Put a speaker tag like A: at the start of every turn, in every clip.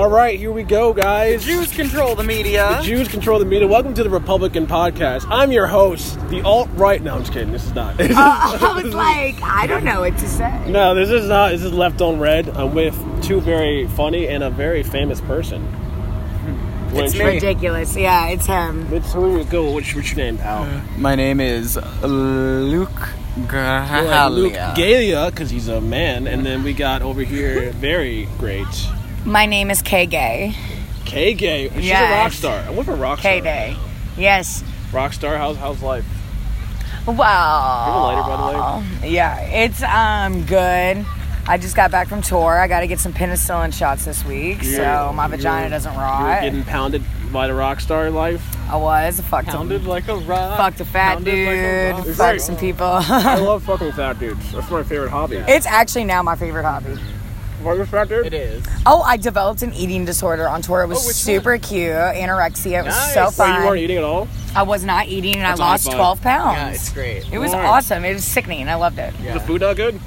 A: All right, here we go, guys.
B: Jews control the media.
A: The Jews control the media. Welcome to the Republican Podcast. I'm your host, the alt right. No, I'm just kidding. This is not.
C: I was like, I don't know what to say.
A: no, this is not. This is Left on Red. I'm with two very funny and a very famous person.
C: It's
A: Which-
C: ridiculous. Yeah, it's him.
A: Which- who would go? What's, what's your name, pal?
B: My name is Luke
A: Well, Luke
B: Grahalia.
A: Galia, because he's a man. And then we got over here, very great,
C: My name is K Gay.
A: K Gay. She's a rock
C: Yes.
A: star. I'm with a rock star.
C: K Day. Yes.
A: Rock star. How's how's life?
C: Well.
A: You have a lighter, by
C: Yeah, it's um good. I just got back from tour. I got to get some penicillin shots this week,
A: You're-
C: so my vagina
A: you're-
C: doesn't
A: the way. You were
C: rot.
A: getting pounded by the rock star life.
C: I was fucked. A,
B: Sounded like a rock.
C: fucked a fat
B: Sounded like a
C: dude.
B: rock.
C: fucked
A: Right.
C: some people.
A: I love fucking fat dudes. That's my favorite hobby.
C: it's actually now my favorite hobby.
A: Fucking fat dude.
B: It is.
C: Oh, I developed an eating disorder on tour. It was
B: Oh, which
C: super cute. Anorexia. It was
B: Nice.
C: so
B: Well,
A: Wait,
C: fun.
A: Oh, you weren't eating at all?
C: I was not eating and
A: That's a
C: I
A: high
C: lost
A: five.
C: 12 pounds.
B: Yeah, it's great.
C: It was
A: Alright.
C: awesome. It was sickening. I loved it.
A: Is the food not good?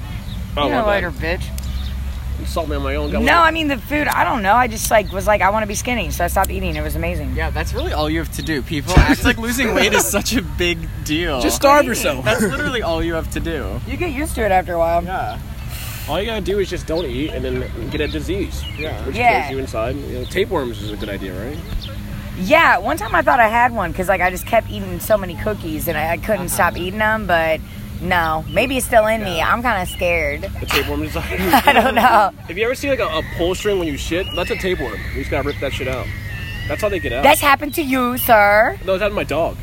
A: Oh,
C: you know
A: my
C: later,
A: bad.
C: bitch.
A: Insult me on my own. Got
C: No,
A: one.
C: I mean the food. I don't know. I just like was like I want to be skinny, so I stopped eating. It was amazing.
B: Yeah, that's really all you have to do. People act like losing weight is such a big deal.
A: Just starve yourself.
B: that's literally all you have to do.
C: You get used to it after a while.
B: Yeah.
A: All you gotta do is just don't eat and then get a disease.
B: Yeah.
A: Which
C: Yeah.
A: kills you inside. You know, tapeworms is a good idea, right?
C: Yeah, one time I thought I had one because like I just kept eating so many cookies and I, I couldn't stop eating them, but no, maybe it's still in me. I'm kind of scared.
A: A tapeworm is like.
C: I don't know.
A: If you ever see like a, a pull string when you shit, that's a tapeworm. You just gotta rip that shit out. That's how they get out.
C: That's happened to you, sir.
A: no, it's out of my dog.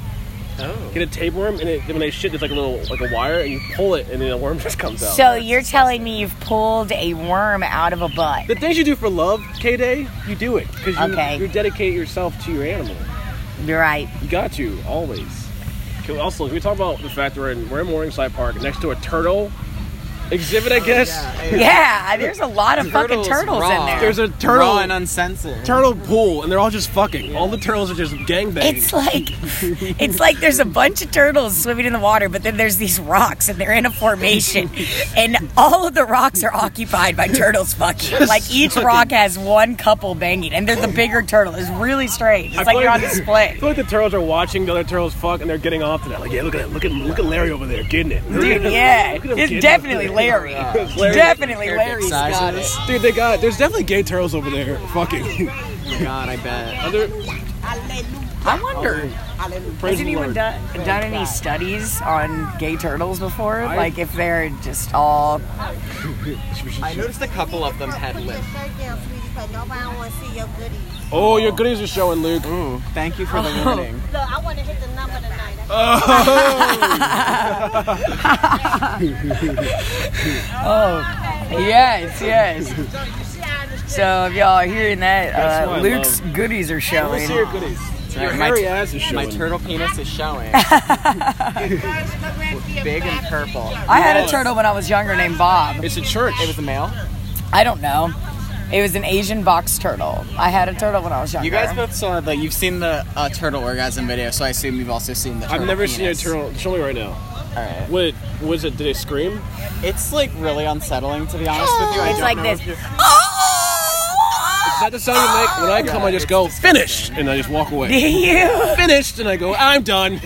B: Oh.
A: Get a tapeworm and it, when they shit, it's like a little like a wire, and you pull it, and then a worm just comes out.
C: So you're telling me you've pulled a worm out of a butt?
A: The things you do for love, K Day, you do it because you,
C: Okay.
A: you dedicate yourself to your animal.
C: You're right.
A: You got to always. Can we- also, can we talk about the fact we're in we're in Morningside Park next to a turtle exhibit? I guess
C: Oh, Yeah, there's a lot of fucking turtles in
B: raw.
C: there.
A: there's a turtle
B: Raw and uncensored.
A: turtle pool, and they're all just fucking. All the turtles are just gangbanging.
C: It's like it's like there's a bunch of turtles swimming in the water, but then there's these rocks and they're in a formation, and all of the rocks are occupied by turtles fucking. like each rock has one couple banging, and they're the bigger turtle. It's really strange. It's
A: I
C: like
A: feel
C: you're on
A: I
C: display.
A: feel like the turtles are watching the other turtles fuck, and they're getting off to that. Like, yeah, look at that, look at look at Larry over there getting it. Look at
C: Dude,
A: him-
C: yeah,
A: look at him getting
C: it's
A: it.
C: definitely Larry.
A: It's Larry.
C: Definitely Larry's got it.
B: Sizes.
A: Dude, they got there's definitely gay turtles over there fucking.
B: Oh God, I bet.
A: Are there-
C: I wonder.
A: praise
C: Has
A: the
C: anyone
A: Lord.
C: done, done any studies on gay turtles before?
A: I-
C: like if they're just all
B: I noticed a couple of them had lips.
D: Because nobody want to see your goodies.
A: Oh, your goodies are showing, Luke.
B: Ooh, thank you for
C: Oh.
B: the warning.
D: Look, I want to hit the number tonight.
B: Uh,
C: oh, Yes, yes. So if y'all are hearing that,
A: That's
C: uh,
A: what I
C: Luke's goodies are
A: Let
C: showing.
A: me see your goodies. Your
B: right, my
A: hairy
B: t-
A: ass is showing.
B: My turtle penis is showing. Big and purple.
C: I had a turtle when I was younger named Bob.
A: It's a church.
B: It was a male.
C: I don't know. It was an Asian box turtle. I had a turtle when I was younger.
B: You guys both saw the. You've seen the uh, turtle orgasm video, so I assume you've also seen the. Turtle
A: I've never
B: penis.
A: seen a turtle. Show me right now.
B: All right.
A: What was it? Did they scream?
B: It's like really unsettling, to be honest with you. I
C: Oh, It's
B: don't
C: like
B: know
C: this.
B: if you're-
A: Is that the sound you make when I come? I just go finished, and I just walk away.
C: you.
A: Finished, and I go. I'm done.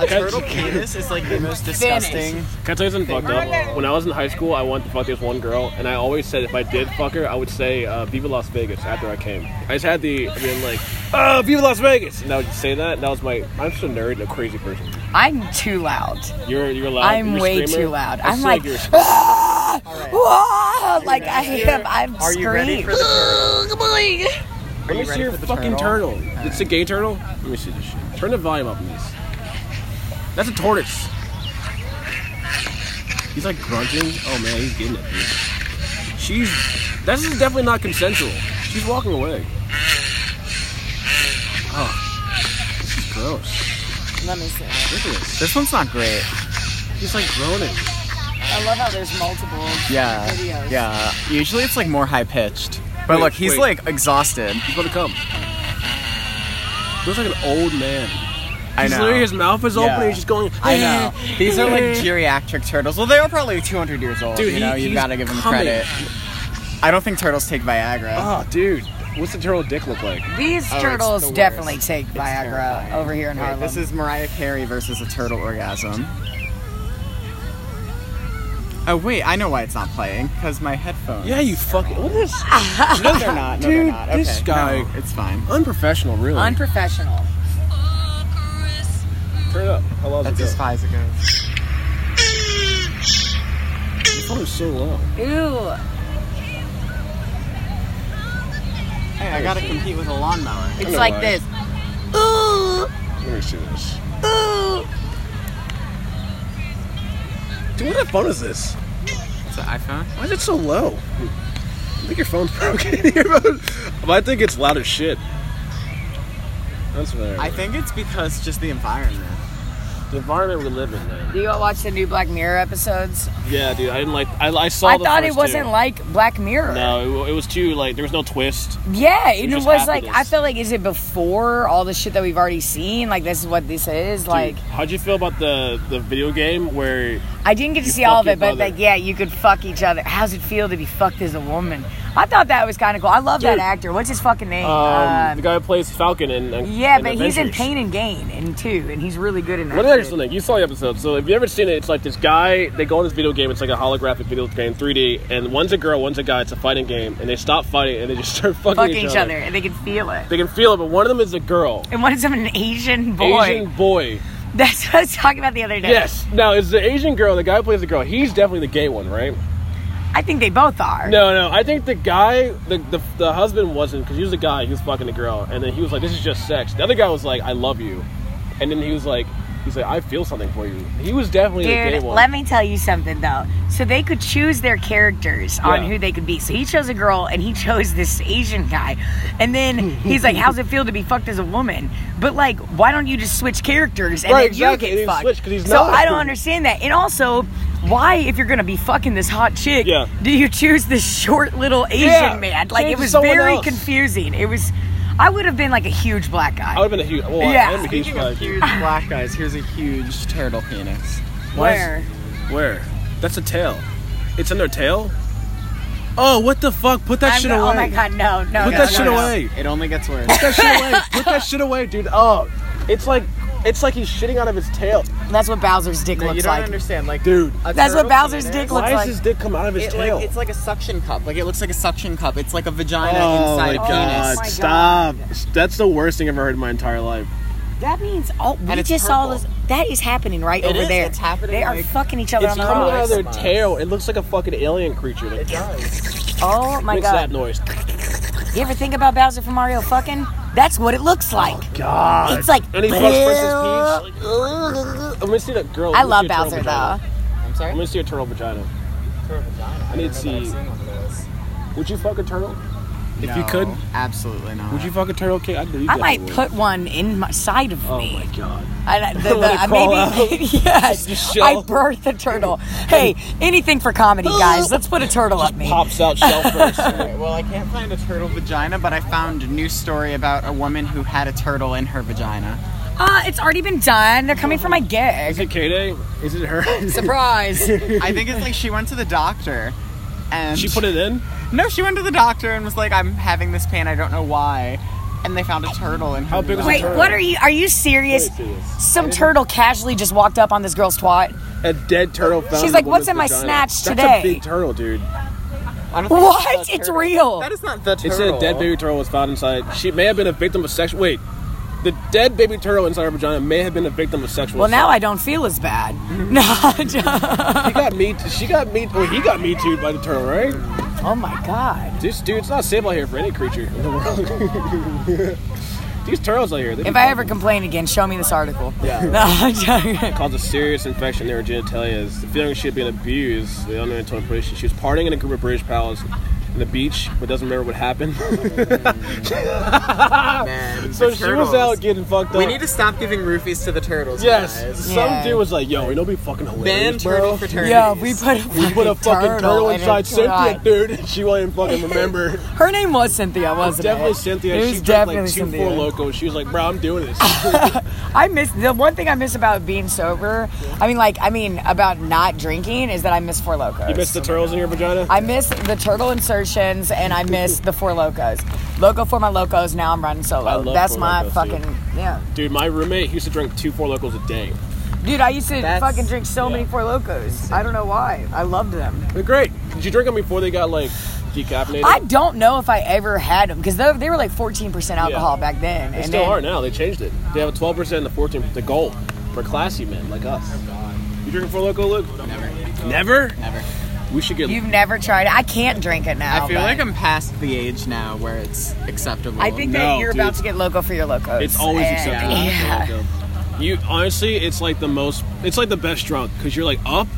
A: Can
B: A turtle penis is like the most disgusting.
A: I tell you something fucked up? When I was in high school, I wanted to fuck this one girl, and I always said if I did fuck her, I would say uh, "Viva Las Vegas" after I came. I just had the, I mean, like, "Oh, Viva Las Vegas," and I would just say that. And that was my. I'm just a nerd and a crazy person.
C: I'm too loud.
B: Oh,
A: You're you're loud.
C: I'm
A: you're a
C: way
A: screamer.
C: too loud.
A: I
C: I'm
A: feel
C: like,
A: you're a screamer.
C: "Ah, ah," like I am. I'm
B: Are you ready for
C: screaming.
B: the?
C: Oh,
A: Let me
B: you
A: see
B: ready
A: your
B: for the
A: fucking turtle. It's a gay turtle. Let me see this shit. Turn the volume up on this. That's a tortoise. He's like grunting. Oh man, he's getting it. Dude. She's. This is definitely not consensual. She's walking away. Oh, this is gross.
C: Let me see.
A: Look at this.
B: This one's not great.
A: He's like groaning.
C: I love how there's multiple.
B: Yeah.
C: Videos.
B: Yeah. Usually it's like more high pitched. But
A: Wait,
B: look, he's
A: wait.
B: like exhausted.
A: He's gonna come. Looks like an old man.
B: I
A: He's
B: know.
A: literally his mouth is open.
B: Yeah.
A: And he's just going.
B: I know. These are like
A: "Eh."
B: geriatric turtles. Well, they are probably 200 years old.
A: Dude,
B: you know,
A: he-
B: you
A: he's
B: gotta give them
A: coming.
B: credit. I don't think turtles take Viagra.
A: Oh, dude, what's the turtle dick look like?
C: These
B: Oh, it's
C: turtles
B: the
C: definitely
B: worst.
C: take
B: It's
C: Viagra
B: terrifying.
C: over here in
B: Wait,
C: Harlem.
B: this is Mariah Carey versus a turtle orgasm. Oh wait, I know why it's not playing because my headphones.
A: Yeah, you fucking. What is
B: No, they're not. No, they're
A: Dude,
B: not.
A: this
B: Okay,
A: guy-
B: no, it's fine.
A: unprofessional? Really?
C: unprofessional.
A: Turn it up. How loud
B: That's
A: is
B: as
A: it?
B: high as it goes.
A: go? Your phone is so low.
C: Ew.
B: Hey, I gotta compete with a lawnmower.
C: It's
A: know
C: like
A: why.
C: this. Ooh,
A: Let me see this.
C: ooh.
A: Dude, what kind of phone is this?
B: It's an iPhone.
A: Why is it so low? I think your phone's broken. Your phone- But I think it's loud as shit. That's fair.
B: I think it's because just the environment.
A: the environment we live in, man.
C: Do you all watch the new Black Mirror episodes?
A: Yeah, dude. I didn't like. I, I saw.
C: I
A: the
C: thought it
A: first
C: wasn't
A: two.
C: like Black Mirror.
A: No, it, wa- it was too like there was no twist.
C: Yeah, and it
A: just
C: was
A: after
C: like
A: this.
C: I felt like is it before all the shit that we've already seen? Like this is what this is. Like
A: Dude, how'd you feel about the the video game where
C: I didn't get to
A: you
C: see all of
A: fuck
C: it,
A: your
C: but
A: mother.
C: like yeah, you could fuck each other. How's it feel to be fucked as a woman? I thought that was kind of cool. I love that
A: Dude.
C: actor. What's his fucking name?
A: um,
C: Um,
A: the guy who plays Falcon uh, and,
C: yeah, but he's in
A: painting.
C: Pain and Gain and two, and he's really good in that.
A: What did I just
C: shit.
A: think? You saw the episode. So if you ever seen it, it's like this guy. They go on this video game. It's like a holographic video game, 3D, and one's a girl, one's a guy. It's a fighting game, and they stop fighting and they just start fucking,
C: Fucking each other, and they can feel it.
A: They can feel it, but one of them is a girl,
C: And what is of an Asian boy?
A: Asian boy.
C: That's what I was talking about the other day.
A: Yes. Now it's the Asian girl. The guy who plays the girl. He's definitely the gay one, right?
C: I think they both are.
A: No, no. I think the guy, the the, the husband wasn't because he was a guy. He was fucking the girl, and then he was like, "This is just sex." The other guy was like, "I love you," and then he was like, "He's like, I feel something for you." He was definitely the gay
C: Dude,
A: one.
C: let me tell you something though. So they could choose their characters on
A: Yeah.
C: who they could be. So he chose a girl and he chose this Asian guy. And then he's like, How's it feel to be fucked as a woman? But like, why don't you just switch characters and
A: Right,
C: then
A: exactly.
C: you
A: And
C: get
A: he
C: fucked?
A: switched 'cause he's
C: so
A: not.
C: I don't understand that. And also, why, if you're gonna be fucking this hot chick,
A: Yeah.
C: do you choose this short little Asian
A: Yeah,
C: man? Like
A: change
C: it
A: to
C: was
A: someone
C: very
A: else.
C: confusing. It was I would have been like a huge black guy.
A: I would have been a huge. Well,
C: Yeah.
A: I am a huge.
B: Speaking
A: fan.
B: of huge black guys, here's a huge turtle penis.
A: Why is-
C: Where?
A: Where? That's a tail. It's in their tail? Oh, what the fuck? Put that
C: I'm
A: shit
C: gonna-
A: away.
C: Oh my god, no, no.
A: Put
C: no,
A: that
C: no,
A: shit
C: no.
A: away.
B: It only gets worse.
A: Put that shit away. Put that shit away, dude. Oh, it's like it's like he's shitting out of his tail.
C: That's what Bowser's dick
B: No,
C: looks
B: you don't
C: like.
B: understand, like
A: Dude.
B: a
C: That's what
B: turtle
C: Bowser's
B: penis-
C: dick looks
A: Why
C: like.
A: does his dick come out of his
B: It,
A: tail?
B: like, it's like a suction cup. Like it looks like a suction cup. It's like a vagina
A: oh
B: inside
A: my
B: a
A: god!
B: penis.
A: Stop. That's the worst thing I've ever heard in my entire life.
C: That means all we
B: And it's
C: just saw
B: purple.
C: this. That is happening right
B: It
C: over
B: is,
C: there.
B: it's happening,
C: They are
B: like-
C: fucking each other
A: It's
C: on the
A: coming out of
C: rocks.
A: their tail. It looks like a fucking alien creature. Like,
C: Oh my
A: makes that
C: god!
A: noise.
C: You ever think about Bowser from Mario fucking? That's what it looks like.
A: Oh, God.
C: It's like.
A: And he fucks Princess Peach. Like, let me see that girl.
C: I
A: Let me see
C: love
A: a turtle
C: Bowser though.
A: vagina.
B: I'm sorry.
A: Let me see a turtle vagina.
B: I
A: need to see- Would you fuck a turtle? If you could,
B: absolutely not.
A: would you fuck a turtle kid? I'd do
C: I might put one in my side of
A: Oh
C: me.
A: my god.
C: I, the, the,
A: Let it
C: I
A: crawl
C: maybe yes.
A: shell.
C: I birthed a turtle. Hey, anything for comedy, guys. Let's put a turtle up me.
A: Pops out shell first.
B: Alright, well, I can't find a turtle vagina, but I found a new story about a woman who had a turtle in her vagina.
C: Uh, it's already been done. They're coming for my gig.
A: Is it K Day? Is it her?
C: Surprise.
B: I think it's like she went to the doctor, and
A: she put it in?
B: No, she went to the doctor and was like, "I'm having this pain. I don't know why." And they found a turtle in her.
A: How big was the
C: Wait,
B: vagina.
A: turtle?
C: what are you? Are you serious?
A: Wait, serious.
C: Some turtle casually just walked up on this girl's twat.
A: A dead turtle found
C: She's
A: in
C: like,
A: a
C: "What's
A: woman's
C: in my
A: vagina." That's
C: snatch today?
A: a big turtle, dude.
B: I don't think
C: What?
B: that's a
C: It's
B: turtle.
C: real.
B: That is not the
A: It
B: turtle.
A: said a dead baby turtle was found inside. She may have been a victim of sexual. Wait, the dead baby turtle inside her vagina may have been a victim of sexual.
C: Well, now I don't feel as bad.
A: Mm-hmm.
C: No. I don't.
A: he got me. She got me. Or he got me too by the turtle, right?
C: oh my god.
A: This dude, it's not safe out here for any creature in the world. These turtles out here. They
C: If I ever complain again, show me this article.
A: Yeah.
C: No, I'm joking.
A: caused a serious infection in her genitalia. Is the feeling she had been abused, the unknown told police she was partying in a group of British pals on the beach, but doesn't remember what happened.
B: Man,
A: so
B: the
A: she was
B: turtles.
A: out getting fucked up.
B: We need to stop giving roofies to the turtles.
A: Yes,
B: guys.
A: some
C: Yeah.
A: dude was like, "Yo, you know, be fucking
B: Ban
A: hilarious,
B: turtle
A: bro.
B: fraternities.
C: Yeah, we put a fucking,
A: We put a fucking turtle,
C: in
A: inside
C: her twat.
A: Cynthia, dude, and she won't even fucking remember.
C: Her name was Cynthia, wasn't it?
A: definitely Cynthia.
C: It
A: she
C: was
A: drank
C: definitely
A: like two
C: Cynthia.
A: four locos. She was like, "Bro, I'm doing this."
C: I miss the one thing I miss about being sober. I mean, like, I mean about not drinking is that I miss Four Locos.
A: You missed the turtles in your vagina?
C: I miss the turtle insertions and I miss the Four Locos. Loco for my locos. Now I'm running solo.
A: I love
C: That's
A: Four
C: my
A: Locos,
C: fucking
A: dude.
C: yeah,
A: Dude, my roommate he used to drink two four locals a day.
C: dude. I used to
B: That's-
C: fucking drink so
A: yeah.
C: many Four Locos. I don't know why. I loved them.
A: They're great. Did you drink them before they got like decaffeinated?
C: I don't know if I ever had them because they, they were like 14% alcohol back then.
A: they
C: and
A: still
C: then-
A: are now. They changed it. They have a 12% and a 14. The goal for classy men like us. You drinking four loco, Luke?
B: Never.
A: Never.
B: Never.
A: We should get.
C: You've never tried it. I can't drink it now.
B: I feel
C: but-
B: like I'm Oh, past the age now where it's acceptable.
C: I think that
A: No,
C: you're
A: dude.
C: about to get loco for your locos.
A: It's always
C: And-
A: acceptable.
C: Yeah.
A: Four Loko. You honestly, it's like the most. It's like the best drunk because you're like up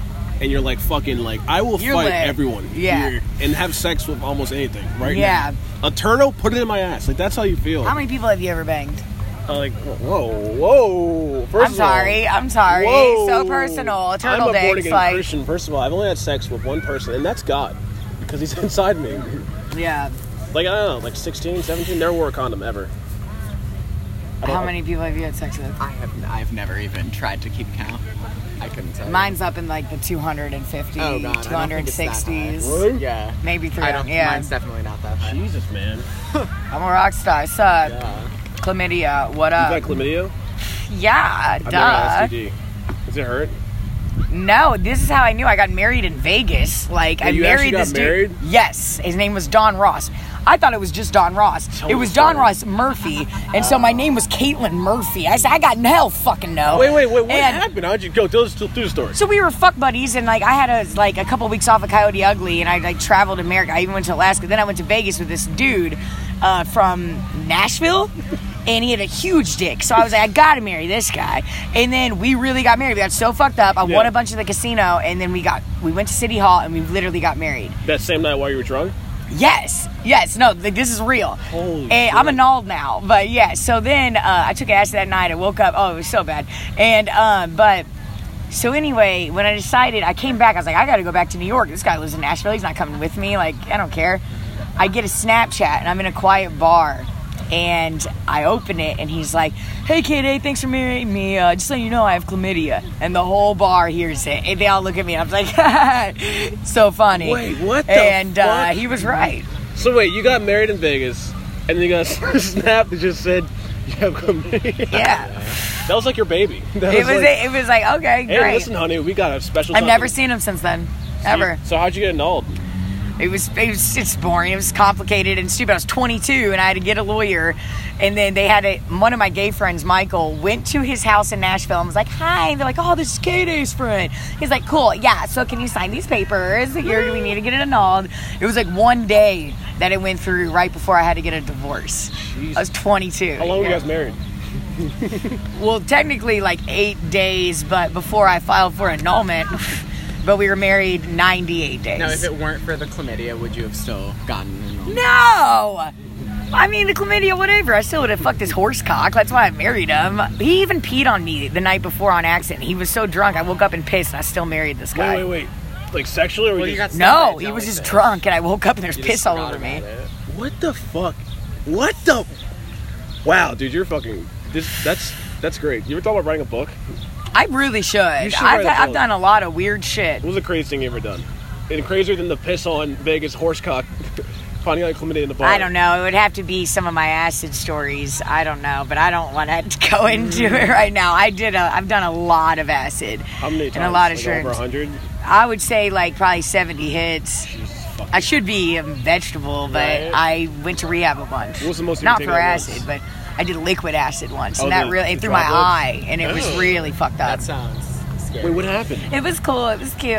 A: and you're like fucking like I will
C: You're
A: fight
C: lit.
A: everyone.
C: Yeah.
A: here and have sex with almost anything right
C: Yeah.
A: now. A turtle, put it in my ass. Like that's how you feel.
C: How many people have you ever banganged?
A: I'm like whoa, whoa. First
C: I'm
A: of all-
C: sorry. I'm sorry.
A: Whoa.
C: So personal. Turtle
A: I'm a born
C: dicks.
A: again
C: Like,
A: Christian. First of all, I've only had sex with one person, and that's God, because He's inside me.
C: yeah.
A: Like I don't know, like 16, 17, never wore a condom ever. I don't-
C: How many people have you had sex with?
B: I have. I've never even tried to keep count. I couldn't tell. you.
C: Mine's up in like the 250,
B: Oh, God, I don't think it's that high.
C: 260s,
A: Really?
B: Yeah.
C: maybe
B: I don't.
C: 300. Yeah.
B: Mine's definitely not that high.
A: Jesus, man.
C: I'm a rock star. Suck.
B: Yeah.
C: Chlamydia. What
A: You got
C: up?
A: chlamydia?
C: Yeah.
A: I've
C: Duh.
A: never had STD. Does it hurt?
C: No, this is how I knew I got married in Vegas. Like I
A: you
C: married
A: actually got
C: this dude.
A: married?
C: Yes, his name was Don Ross. I thought it was just Don Ross.
A: Tell
C: it
A: the
C: was Don
A: story.
C: Ross Murphy, and so my name was Caitlin Murphy. I said I got in hell fucking no.
A: Oh. Wait, wait, wait. What
C: And-
A: happened? How'd you go? Tell us tell- through the story.
C: So we were fuck buddies, and like I had a like a couple weeks off of Coyote Ugly, and I like traveled America. I even went to Alaska. Then I went to Vegas with this dude uh, from Nashville, and he had a huge dick. So I was like, I gotta marry this guy. And then we really got married. We got so fucked up. I won
A: Yeah.
C: a bunch of the casino, and then we got we went to City Hall, and we literally got married.
A: That same night while you were drunk?
C: Yes, yes, no, like, this is real.
A: Holy
C: and I'm
A: shit.
C: annulled now, but yeah. So then uh, I took acid that night. I woke up. Oh, it was so bad. And uh, but so anyway, when I decided, I came back. I was like, I got to go back to New York. This guy lives in Nashville. He's not coming with me. Like I don't care. I get a Snapchat, and I'm in a quiet bar. And I open it, and he's like, "Hey, kid, hey, thanks for marrying me. Uh, just so you know, I have chlamydia." And the whole bar hears it, and they all look at me. And I'm like, "So funny."
A: Wait, what the
C: And Uh,
A: fuck?
C: he was right.
A: So wait, you got married in Vegas, and then you got a snap that just said you have chlamydia.
C: Yeah,
A: That was like your baby. That
C: it was.
A: like,
C: it was like okay,
A: Hey,
C: great.
A: listen, honey, we got a special.
C: I've never
A: something."
C: seen him since then, ever.
A: So how'd you get annulled?
C: It was, it was. It's boring. It was complicated and stupid. I was 22 and I had to get a lawyer, and then they had a one of my gay friends, Michael, went to his house in Nashville and was like, "Hi." They're like, "Oh, this is Katie's friend." He's like, "Cool, yeah." So can you sign these papers? Here, do we need to get it annulled? It was like one day that it went through right before I had to get a divorce. I was 22.
A: How long were you
C: yeah.
A: guys married?
C: Well, technically, like eight days, but before I filed for annulment, but we were married 98 days.
B: Now, if it weren't for the chlamydia, would you have still gotten? An
C: no! I mean, the chlamydia, whatever. I still would have fucked his horse cock. That's why I married him. He even peed on me the night before on accident. He was so drunk, I woke up and pissed, and I still married this guy.
A: Wait, wait, wait. Like sexually, or
B: Well,
A: you
B: you
A: just,
B: got
C: No, he was just drunk, and I woke up and there's
B: You just
C: piss all
B: forgot
C: over me.
B: about it.
A: what the fuck? What the? Wow, dude, you're fucking. This that's that's great. You ever thought about writing a book?
C: I really should.
A: You should
C: I've,
A: write a
C: I've
A: book.
C: done a lot of weird shit.
A: What was the craziest thing you ever done? And crazier than the piss on Vegas horse cock, finding out chlamydia in the bar.
C: I don't know. It would have to be some of my acid stories. I don't know, but I don't want to go into it right now. I did. A, I've done a lot of acid.
A: Mm. How many times?
C: And a lot of
A: like over
C: shrooms.
A: hundred.
C: I would say like probably seventy hits.
A: Jesus fucking.
C: I should be a vegetable, but
A: Right.
C: I went to rehab a bunch.
A: What was the most you
C: Not
A: could
C: for
A: take at once?
C: acid, but I did liquid acid once,
A: Oh,
C: and that
A: the-
C: really
A: the
C: it through my
A: droplet?
C: eye, and it was
A: Oh.
C: really fucked up.
B: That sounds scary.
A: Wait, what happened?
C: it was cool. It was cute.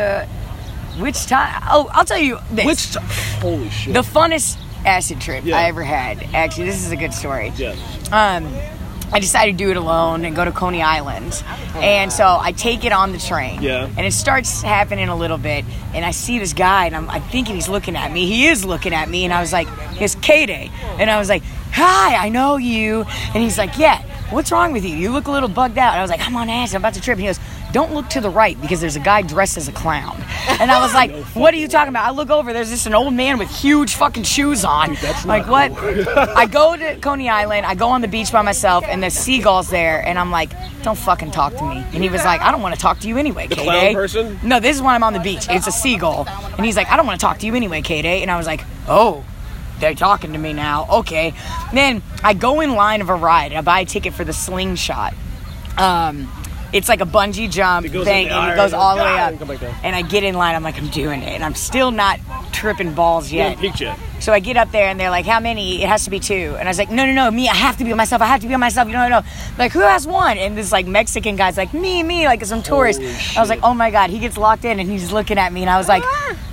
C: Which time? Oh, I'll tell you this.
A: Which? T- Holy shit.
C: the funnest acid trip
A: Yeah.
C: I ever had. Actually, this is a good story.
A: yeah.
C: um, I decided to do it alone and go to Coney Island. And so I take it on the train.
A: Yeah.
C: And it starts happening a little bit. And I see this guy, and I'm, I'm thinking he's looking at me. He is looking at me. And I was like, it's K Day. And I was like, hi, I know you. And he's like, yeah, what's wrong with you? You look a little bugged out. And I was like, I'm on acid. I'm about to trip. And he goes, don't look to the right because there's a guy dressed as a clown. And I was like, what are you talking about? I look over, there's just an old man with huge fucking shoes on. like, what? I go to Coney Island, I go on the beach by myself, and the seagull's there, and I'm like, don't fucking talk to me. And he was like, I don't want to talk to you anyway, the
A: clown person?
C: No, this is when I'm on the beach. It's a seagull. And he's like, I don't want to talk to you anyway, K Day. And I was like, oh they're talking to me now. Okay. Then I go in line of a ride. I buy a ticket for the slingshot. Um, it's like a bungee jump
A: goes
C: thing,
A: in the
C: and it
A: air
C: goes
A: and
C: all the
A: goes,
C: way
A: "Ah," and come
C: up.
A: back down.
C: And I get in line. I'm like, I'm doing it, and I'm still not tripping balls yet.
A: haven't peaked yet.
C: So I get up there and they're like, "How many? It has to be two. And I was like, "No, no, no, me. I have to be on myself. I have to be on myself. You know, no." Like, who has one? And this like Mexican guy's like, "Me, me." Like some tourist.
A: Holy
C: I was like, "Oh my god!" He gets locked in and he's looking at me, and I was like,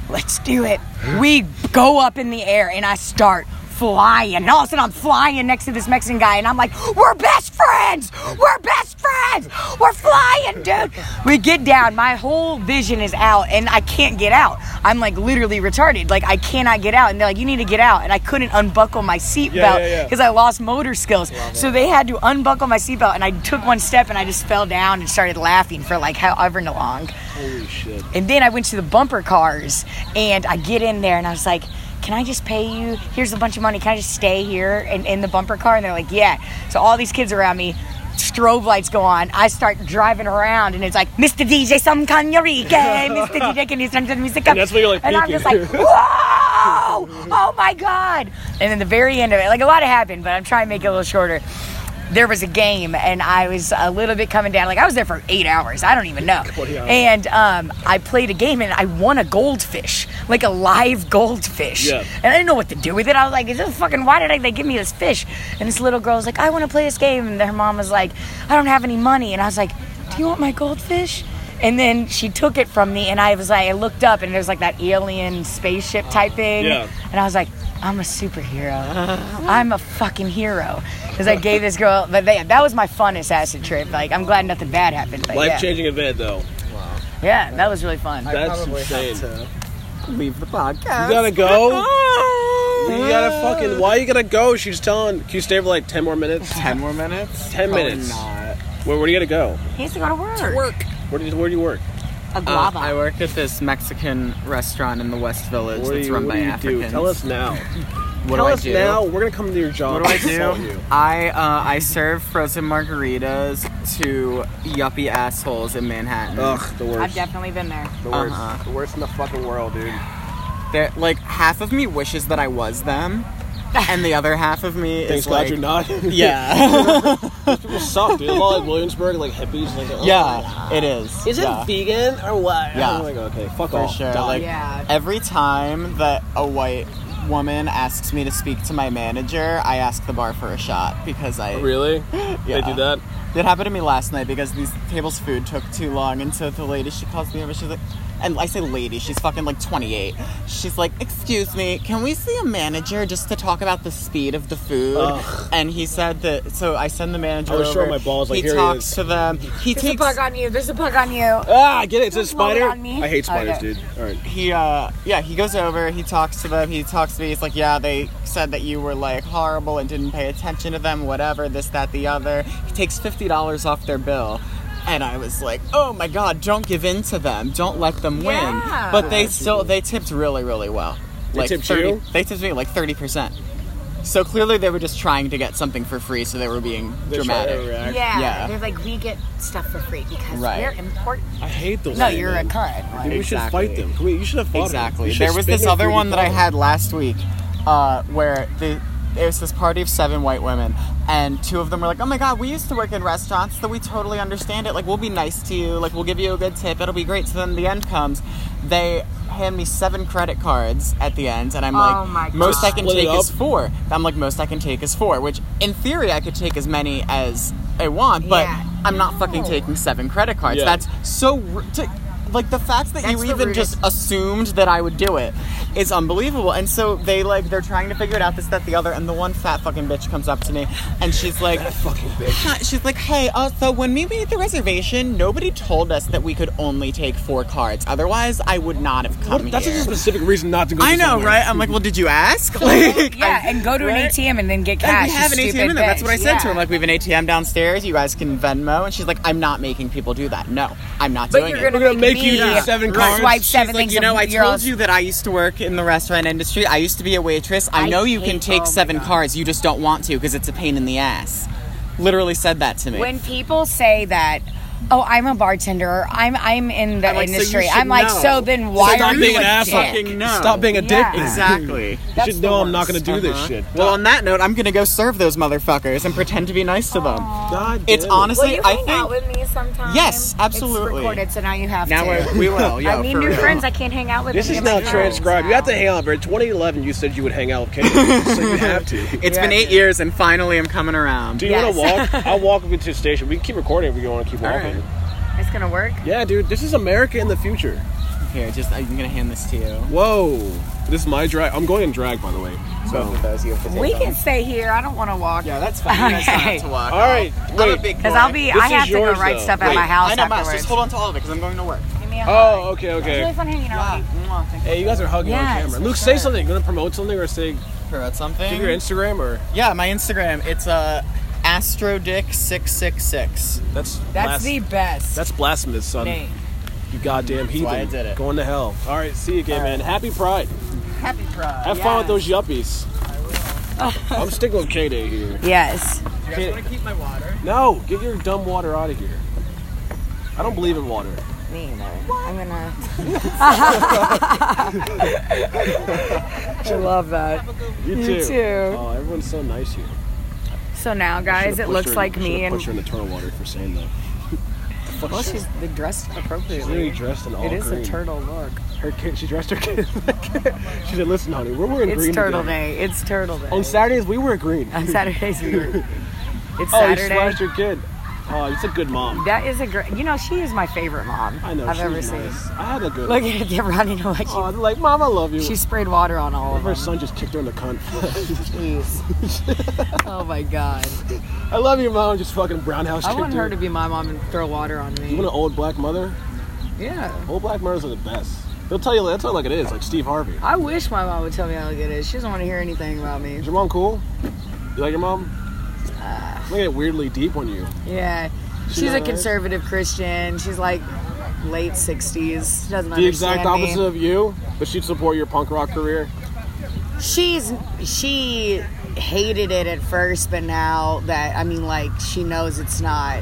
C: "Let's do it." We go up in the air and I start flying. And all of a sudden, I'm flying next to this Mexican guy, and I'm like, "We're best friends. We're best friends. We're flying, dude." We get down. My whole vision is out, and I can't get out. I'm like literally retarded. Like I cannot get out, and they're like, "You need to get out," and I couldn't unbuckle my seatbelt
A: Yeah, yeah, yeah.
C: because I lost motor skills. So they had to unbuckle my seatbelt, and I took one step, and I just fell down and started laughing for like however long.
A: Holy shit.
C: And then I went to the bumper cars and I get in there and I was like, can I just pay you? Here's a bunch of money. Can I just stay here in, in the bumper car? And they're like, yeah. So all these kids around me, strobe lights go on. I start driving around and it's like, Mr. DJ, some canarique, Mr. DJ, can you send the music up?
A: And that's when you're, like,
C: And I'm
A: peeking.
C: just like, whoa! Oh my God! And then the very end of it, like a lot happened, but I'm trying to make it a little shorter there was a game and I was a little bit coming down. Like I was there for eight hours. I don't even know.
A: 20 hours.
C: And um, I played a game and I won a goldfish, like a live goldfish.
A: Yeah.
C: And I didn't know what to do with it. I was like, "Is this fucking? Why did I, they give me this fish?" And this little girl was like, "I want to play this game." And her mom was like, "I don't have any money." And I was like, "Do you want my goldfish?" And then she took it from me, and I was like, I looked up, and there's like that alien spaceship type thing,
A: Yeah.
C: and I was like, I'm a superhero. I'm a fucking hero because I gave this girl. But they, that was my funnest acid trip. Like I'm glad nothing bad happened. But
A: Life
C: yeah.
A: changing event though.
C: Yeah, that was really fun.
B: I
A: That's
B: probably
A: insane.
B: have to leave the podcast.
A: You gotta go. You gotta fucking. Why you gotta go? She's telling. Can you stay for like ten more minutes?
B: Ten more minutes.
A: 10
B: Probably
A: minutes.
B: Not.
A: Where, where do you gotta go?
C: He has to go to work.
A: Where do you, where do you work?
C: A
B: Uh,
C: guava.
B: I work at this Mexican restaurant in the West Village
A: What do
B: that's
A: you,
B: run
A: what
B: by
A: do you
B: Africans.
A: do? Tell us now.
B: What
A: Tell
B: do I
A: us
B: do?
A: now. We're gonna come to your job.
B: What do I
A: Insult
B: do?
A: you.
B: I uh, I serve frozen margaritas to yuppie assholes in Manhattan.
A: Ugh, the
C: I've
A: worst.
C: definitely been there.
A: the worst.
B: Uh-huh.
A: The worst in the fucking world, dude.
B: They're, like half of me wishes that I was them, and the other half of me
A: Thanks
B: is
A: God
B: like,
A: you're not.
B: yeah,
A: People suck, dude. They're all like Williamsburg, like hippies. Like, oh,
B: yeah, it is.
A: Is it
B: yeah.
A: vegan or what? Oh
B: Yeah.
A: I'm like, okay, fuck
B: for
A: off.
B: sure?
A: Die.
B: Like
C: Yeah.
B: every time that a white woman asks me to speak to my manager, I ask the bar for a shot because I
A: really? They
B: Yeah.
A: do that?
B: It happened to me last night because these table's food took too long, and so the lady she calls me over. She's like, and I say lady, she's fucking like 28. She's like, excuse me, can we see a manager just to talk about the speed of the food?
A: Ugh.
B: And he said that. So I send the manager.
A: I was
B: over,
A: showing my balls, like,
B: he
A: here he
B: talks
A: is.
B: to them. He
C: There's a
B: takes.
C: bug on you. There's a bug on you.
B: Uh,
A: Ah, I get it. It's a
C: blow it
A: spider.
C: on me.
A: I hate spiders,
C: Okay.
A: dude. All right.
B: He uh yeah he goes over. He talks to them. He talks to me. He's like, yeah, they said that you were like horrible and didn't pay attention to them. Whatever this that the other. He takes fifty dollars off their bill. And I was like, "Oh my God! Don't give in to them. Don't let them win."
C: Yeah.
B: But they still they tipped really, really well.
A: They tipped
B: 30,
A: you?
B: They tipped me like thirty percent. So clearly they were just trying to get something for free. So they were being
A: They're trying to
B: dramatic.
A: react.
C: Yeah,
B: Yeah.
C: They're like, we get stuff for free because
B: Right.
C: we're important.
A: I hate those.
C: No,
A: things,
C: you're a
A: man.
C: cunt. Like,
A: Dude, we should
B: Exactly.
A: fight them. Wait, you should have fought them.
B: Exactly.
A: You should
B: There was
A: spin
B: this
A: their
B: other
A: food
B: one
A: and
B: that I
A: fight
B: had last week, uh, where the it was this party of seven white women, and two of them were like, "Oh my god, we used to work in restaurants, so we totally understand it. Like, we'll be nice to you. Like, we'll give you a good tip. It'll be great." So then the end comes, they hand me seven credit cards at the end, and I'm
C: Oh my
B: like, "Most I can
A: Split it
B: take is
A: up?
B: four. I'm like, most I can take is four, which in theory I could take as many as I want, but
C: Yeah.
B: I'm not fucking taking seven credit cards.
A: Yeah.
B: That's so. r- To, like the fact that
C: That's
B: you
C: the
B: even
C: rudest.
B: just assumed that I would do it is unbelievable. And so they like they're trying to figure it out this that the other, and the one fat fucking bitch comes up to me and she's like,
A: Fucking bitch.
B: Hi- she's like, hey, uh, so when we made the reservation, nobody told us that we could only take four cards. Otherwise, I would not have come
A: What, that's
B: here.
A: just a specific reason not to go.
B: I
A: to
B: know,
A: somewhere.
B: right? I'm like, well, did you ask? Like,
C: yeah,
B: I-
C: and go to an
B: right?
C: ATM and then get
B: Like,
C: cash.
B: we have an
C: you
B: ATM in
C: stupid
B: there. That's what I
C: bitch.
B: said to her.
C: Yeah.
B: I'm like, we have an ATM downstairs. You guys can Venmo. And she's like, I'm not making people do that. No, I'm not
C: But
B: doing
C: you're
B: it.
A: We're
C: gonna
A: gonna
C: make,
A: make
C: me
A: you do seven
C: right,
A: cards.
C: Swipe
A: She's
C: seven
B: She's like,
C: things.
B: you know,
C: up
B: I
C: your
B: told
C: ass."
B: you that I used to work in the restaurant industry. I used to be a waitress. I,
C: I
B: know you
C: hate-
B: can take
C: oh my
B: seven
C: God.
B: cards. You just don't want to because it's a pain in the ass. Literally said that to me.
C: When people say that, oh, I'm a bartender. Or, I'm I'm in the
B: I'm like, "So you
C: industry.
B: should
C: I'm like,
B: know."
C: so then why
A: Stop
C: are
A: being
C: you
A: an
C: a
A: asshole.
C: dick?
B: Fucking no.
A: Stop being a dick.
C: Yeah.
A: then.
B: exactly.
A: You
C: That's
A: should
C: the
A: know I'm not
C: worst.
A: gonna do this
B: Uh-huh.
A: shit.
B: Well, on that note, I'm gonna go serve those motherfuckers and pretend to be nice to them.
A: God
B: It's
A: damn it.
B: honestly,
E: Will you
B: I
E: hang
B: think
E: out with me sometime?
B: Yes, absolutely.
C: It's recorded, so now you have
B: now
C: to.
B: we're- we will. Yeah,
E: I need
B: for
E: new
B: real.
E: friends. I can't hang out with.
A: This
E: them.
A: is
E: They're
A: now
E: my friends
A: transcribed. You
E: now.
A: have to hang out, bro. 2011, you said you would hang out with Kate, so you have to.
B: It's been eight years, and finally I'm coming around.
A: Do you want
C: Yes.
A: to walk? I'll walk with you to the station. We can keep recording if you want to keep
B: All
A: walking.
B: right.
C: It's gonna work.
A: Yeah, dude, this is America in the future.
B: Here, just I'm gonna hand this to you.
A: Whoa, this is my drag. I'm going in drag, by the way. So,
B: Both of those, you have to take
C: We
B: them.
C: can stay here. I don't want to walk.
B: Yeah, that's fine. You guys don't have
C: Okay.
B: to walk.
A: all right,
B: I'm a
A: wait.
B: big
C: Because
B: boy.
C: I'll be,
A: This
C: I
A: is
C: have to go
A: yours,
C: write
A: though.
C: stuff
A: Wait,
C: at my house
B: I know, Miles,
C: afterwards.
B: just hold on to all of it because I'm going to work.
C: Give me a hug.
A: Oh, okay,
C: It's really
A: okay.
C: fun hanging out with you.
A: Hey, you guys are hugging
C: Yes,
A: on camera.
C: for Mm-hmm.
A: Luke, say something. You gonna promote something or say
B: Promote something.
A: give your Instagram or
B: yeah, my Instagram. It's uh, astrodick666.
A: that's
C: That's
A: blas-
C: the best
A: that's blasphemous, son.
C: name.
A: You goddamn heathen.
B: why I did it.
A: Going to hell. All right, see you again, man. Happy Pride.
B: Happy Pride.
A: Have fun with those
C: Yes.
A: yuppies. I'm sticking with K Day here.
C: Yes.
B: You guys want to keep my water?
A: No, get your dumb water out of here. I don't believe in water.
C: Me either. I'm gonna. I love that.
A: You,
C: You too.
A: Oh, everyone's so nice here.
C: So now, guys, it looks like me
A: Put her
C: and
A: in the turtle water for saying that.
C: well, she's dressed
A: She's really
C: appropriately.
A: dressed in all
C: It is
A: green.
C: a turtle look.
A: Her kid, she dressed her kid. she said, "Listen, honey, we're wearing green
C: It's turtle
A: today.
C: day. It's turtle day.
A: On Saturdays, we wear green.
C: On Saturdays, we were. It's
A: Oh, you
C: Saturday.
A: slashed your kid. Oh, it's a good mom.
C: That is a great. You know, she is my favorite mom
A: I know.
C: I've
A: she's
C: ever
A: nice.
C: seen.
A: I had a good.
C: Look at her get running away.
A: oh, they're like, mom, I love you.
C: She, she sprayed water on all of
A: her
C: us.
A: son just kicked her in the cunt.
C: oh my god.
A: I love you, mom. Just fucking brown house.
C: I
A: kicked
C: want her to be my mom and throw water on
A: You
C: me.
A: want an old black mother?
C: Yeah.
A: Old black mothers are the best. They'll tell you. They'll tell you like it is, like Steve Harvey.
C: I wish my mom would tell me how good it is. She doesn't want to hear anything about me.
A: Is your mom cool? You like your mom? I'm gonna get weirdly deep on you.
C: Yeah.
A: She
C: She's a
A: alright?
C: conservative Christian. She's like late 60s. She doesn't
A: The exact
C: understand me.
A: opposite of you, but she'd support your punk rock career.
C: She's she hated it at first, but now that I mean, like she knows it's not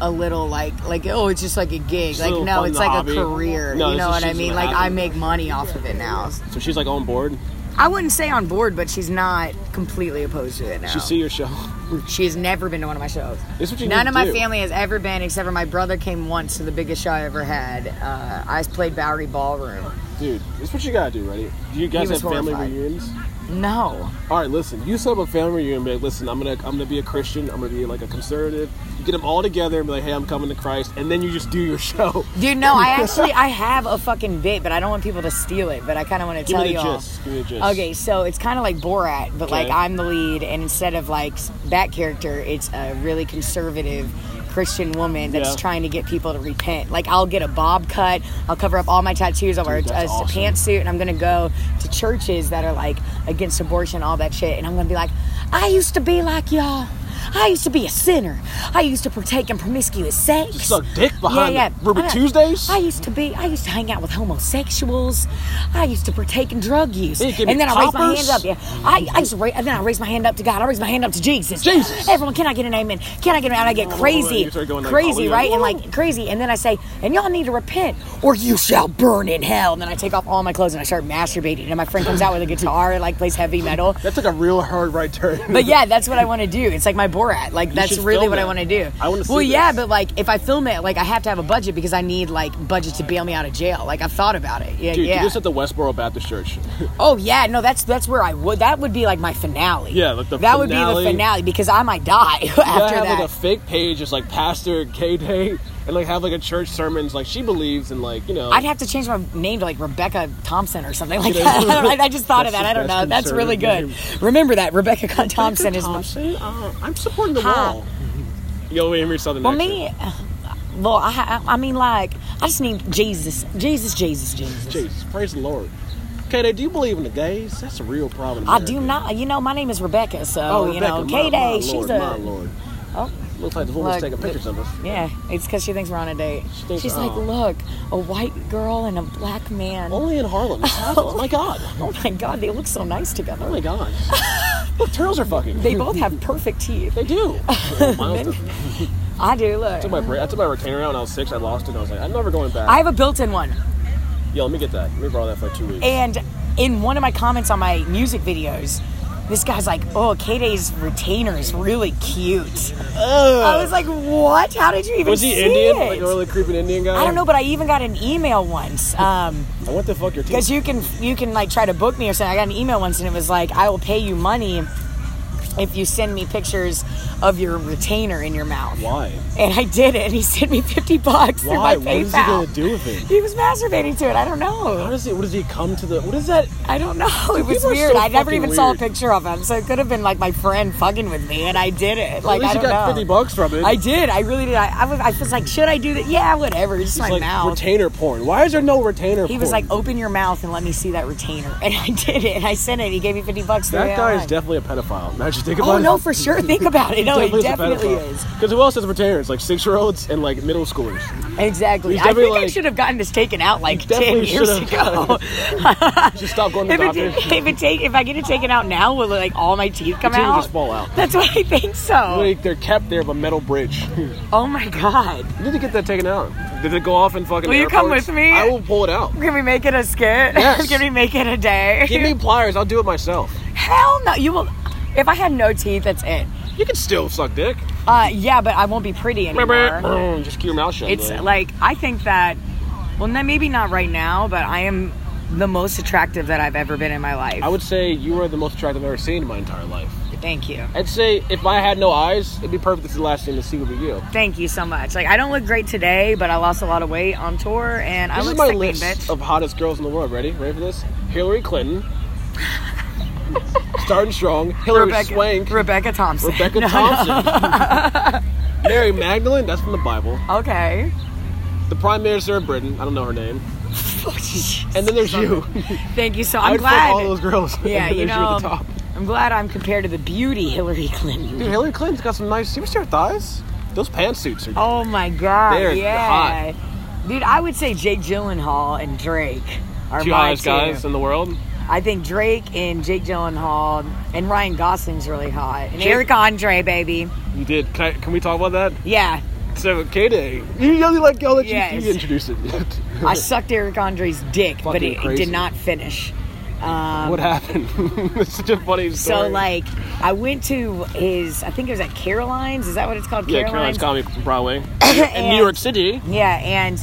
C: a little like like oh, it's just like a gig.
A: Just a
C: like
A: little
C: no,
A: fun
C: it's like
A: hobby.
C: a career.
A: No,
C: you
A: this
C: know
A: is
C: what I
A: just
C: mean?
A: a
C: Like I
A: hobby.
C: make money off of it now.
A: So she's like on board.
C: I wouldn't say on board, but she's not completely opposed to it now.
A: She see your show.
C: She's never been to one of my shows.
A: This is what you
C: None
A: need
C: of
A: to
C: my
A: do.
C: family has ever been, except for my brother came once to the biggest show I ever had. Uh, I played Bowery Ballroom.
A: Dude, this is what you gotta do, right? Do you guys
C: was
A: have family
C: horrified.
A: reunions?
C: No,
A: All right, listen. You set up a family reunion. and Be like, listen, I'm gonna I'm gonna be a Christian. I'm gonna be like a conservative. You get them all together and be like, hey, I'm coming to Christ, and then you just do your show.
C: dude, no. I actually I have a fucking bit, but I don't want people to steal it. But I kind of want to
A: Give
C: tell
A: me the
C: y'all.
A: gist. Give me the gist.
C: Okay, so it's kind of like Borat, but like
A: Okay.
C: I'm the lead, and instead of like s- that character, it's a really conservative Christian woman that's
A: Yeah.
C: trying to get people to repent. Like I'll get a bob cut, I'll cover up all my tattoos, I'll wear a,
A: Dude,
C: a
A: that's
C: s-
A: awesome.
C: pantsuit, and I'm gonna go to churches that are like against abortion, all that shit, and I'm gonna be like, I used to be like y'all. I used to be a sinner. I used to partake in promiscuous sex.
A: Suck dick behind
C: yeah, yeah.
A: Ruby
C: I-
A: Tuesdays.
C: I used to be. I used to hang out with homosexuals. I used to partake in drug use.
A: Hey, give me
C: and then I raised my
A: poppers.
C: hand up. Yeah, I, I used to. Ra- and then I raised my hand up to God. I raised my hand up to Jesus.
A: Jesus.
C: Everyone, can I get an amen? Can I get an? And I get
A: whoa,
C: crazy,
A: you start going like
C: crazy,
A: hallelujah.
C: right? And like crazy. And then I say, and y'all need to repent, or you shall burn in hell. And then I take off all my clothes and I start masturbating. And my friend comes out with a guitar and like plays heavy metal.
A: That took a real hard right turn.
C: But yeah, that's what I want to do. It's like my Borat. Like that's
A: should
C: really
A: film
C: what I
A: it.
C: want to do.
A: I wanna see
C: Well, yeah,
A: this.
C: but like if I film it, like I have to have a budget because I need like budget to bail me out of jail. Like I've thought about it. Yeah,
A: Dude,
C: yeah.
A: do this at the Westboro Baptist Church.
C: oh yeah, no, that's that's where I would. That would be like my finale.
A: Yeah, like the
C: that would be
A: finale.
C: the finale because I might die after
A: You gotta have
C: that.
A: like a fake page, just like Pastor K Day, and like have like a church sermons like she believes in like you know
C: I'd have to change my name to like Rebecca Thompson or something like that. I, don't know. I- I just thought of that.
A: That's
C: I
A: the
C: don't know.
A: best
C: That's really good.
A: conservative
C: Remember that Rebecca Thompson is. My,
A: Thompson. Uh, I'm supporting the
C: Ha.
A: wall. You know, we hear something.
C: well, me, uh, well, I, I I mean, like, I just named Jesus, Jesus, Jesus, Jesus.
A: Jesus, praise the Lord. Katie, do you believe in the gays? That's a real problem. in
C: I do
A: America.
C: not. You know, my name is Rebecca, so
A: Oh,
C: you
A: Rebecca,
C: know,
A: my-
C: K
A: my
C: Day.
A: Lord,
C: She's
A: my
C: a.
A: Lord.
C: Oh,
A: Looks like the woman's
C: Look,
A: taking pictures of us.
C: yeah, it's because she thinks we're on a date.
A: She thinks-
C: She's like,
A: oh.
C: look, a white girl and a black man. Oh,
A: Only in Harlem. This happens. Oh my God.
C: my God, they look so nice
A: Oh
C: together.
A: my God. Look, turtles are fucking.
C: They both have perfect teeth.
A: They do. Oh, Miles doesn't.
C: I do. Look,
A: took my bra- I took my retainer out when I was six. I lost it. and I was like, I'm never going back.
C: I have a built-in one.
A: Yo, let me get that. Let me borrow that for like two weeks.
C: And in one of my comments on my music videos, this guy's like, "Oh, K Day's retainer is really cute." I was like, "What? How did you even
A: was he
C: see
A: Indian?
C: it?"
A: Like a really creeping Indian guy?
C: I don't know, but I even got an email once. Um,
A: I want to fuck your teeth.
C: because you can you can like try to book me or something. I got an email once and it was like, I will pay you money if you send me pictures of your retainer in your mouth.
A: Why?
C: And I did it. And he sent me fifty bucks through
A: Why?
C: my
A: What is he
C: PayPal.
A: gonna do with it?
C: He was masturbating to it. I don't
A: How
C: know.
A: does it? What does he come to the? What is that?
C: I don't know. It was
A: people are
C: weird.
A: so
C: I never
A: fucking
C: even saw a
A: weird.
C: picture of him, so it could have been like my friend fucking with me, and I did
A: At
C: it. Like
A: least
C: I
A: you
C: don't
A: got
C: know.
A: fifty bucks from it.
C: I did. I really did. I, I, was, I was like, should I do that? Yeah, whatever. It's just
A: It's
C: my
A: like
C: mouth.
A: retainer porn. Why is there no retainer?
C: He was
A: porn?
C: like, "Oh, "Open your mouth and let me see that retainer," and I did it. And I sent it. He gave me fifty bucks.
A: that guy is definitely
C: definitely.
A: a pedophile. Now that you think about
C: Oh
A: it.
C: no, for sure. Think about it. No, it definitely is.
A: Because who else has retainers? Like six year olds and like middle schoolers.
C: Exactly.
A: He's
C: I think
A: definitely
C: I
A: like-
C: should have gotten this taken out like ten
A: definitely
C: years
A: should
C: ago.
A: have. Just stop going to
C: if, it,
A: doctors.
C: if it take, if I get it taken out now, will like all my teeth come
A: Retainers
C: out?
A: just fall out.
C: That's what I think so.
A: Like they're kept there by metal bridge. you
C: Oh my god.
A: need to get that taken out. Did it go off in fucking?
C: Will you come
A: airports?
C: with me?
A: I will pull it out.
C: Can we make it a skit?
A: Yes.
C: Can we make it a day?
A: Give me pliers. I'll do it myself.
C: Hell no. You will. If I had no teeth, that's it.
A: You can still suck dick. Mm,
C: Uh, yeah, but I won't be pretty anymore.
A: Just keep your mouth shut.
C: It's
A: though.
C: like I think that well, then maybe not right now, but I am the most attractive that I've ever been in my life.
A: I would say you are the most attractive I've ever seen in my entire life.
C: Thank you.
A: I'd say if I had no eyes, it'd be perfect if the last thing to see would be you.
C: Thank you so much. Like I don't look great today, but I lost a lot of weight on tour and I
A: This
C: look
A: is my
C: like mean
A: list
C: bitch.
A: of hottest girls in the world. Ready? Ready for this? Hillary Clinton. Starting strong. Hillary
C: Rebecca,
A: Swank.
C: Rebecca Thompson.
A: Rebecca
C: No, no.
A: Thompson. Mary Magdalene. That's from the Bible.
C: Okay.
A: The Prime Minister of Britain. I don't know her name. And then there's you.
C: Thank you so.
A: I
C: I'm
A: would fuck
C: glad.
A: all those girls. And
C: yeah,
A: then
C: you
A: there's you
C: know.
A: at the top.
C: I'm glad I'm compared to the beauty Hillary Clinton.
A: Dude, Hillary Clinton's got some nice. You ever see her thighs? Those pantsuits are.
C: Oh my god.
A: They're
C: yeah. Dude, I would say Jake Gyllenhaal and Drake are
A: Two
C: my
A: hottest
C: two.
A: guys in the world.
C: I think Drake and Jake Gyllenhaal and Ryan Gosling's really hot. And Eric Andre, baby.
A: You did. Can, I, can we talk about that?
C: Yeah.
A: So K Day, you really like I'll let you-
C: Yes.
A: you introduce it.
C: I sucked Eric Andre's dick, but
A: Fucking
C: it, it
A: crazy.
C: did not finish.
A: what happened? it's such a funny story.
C: Um, So, like, I went to his, I think it was at Caroline's. Is that what it's called?
A: yeah, Caroline's Comedy Broadway in
C: And-
A: New York City.
C: Yeah, and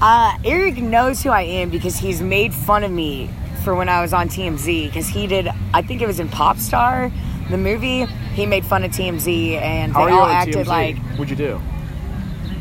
C: uh, Eric knows who I am because he's made fun of me for when I was on TMZ because he did. I think it was in Popstar, the movie. He made fun of TMZ and they
A: How are you
C: all
A: on
C: acted
A: TMZ?
C: like,
A: What'd you do?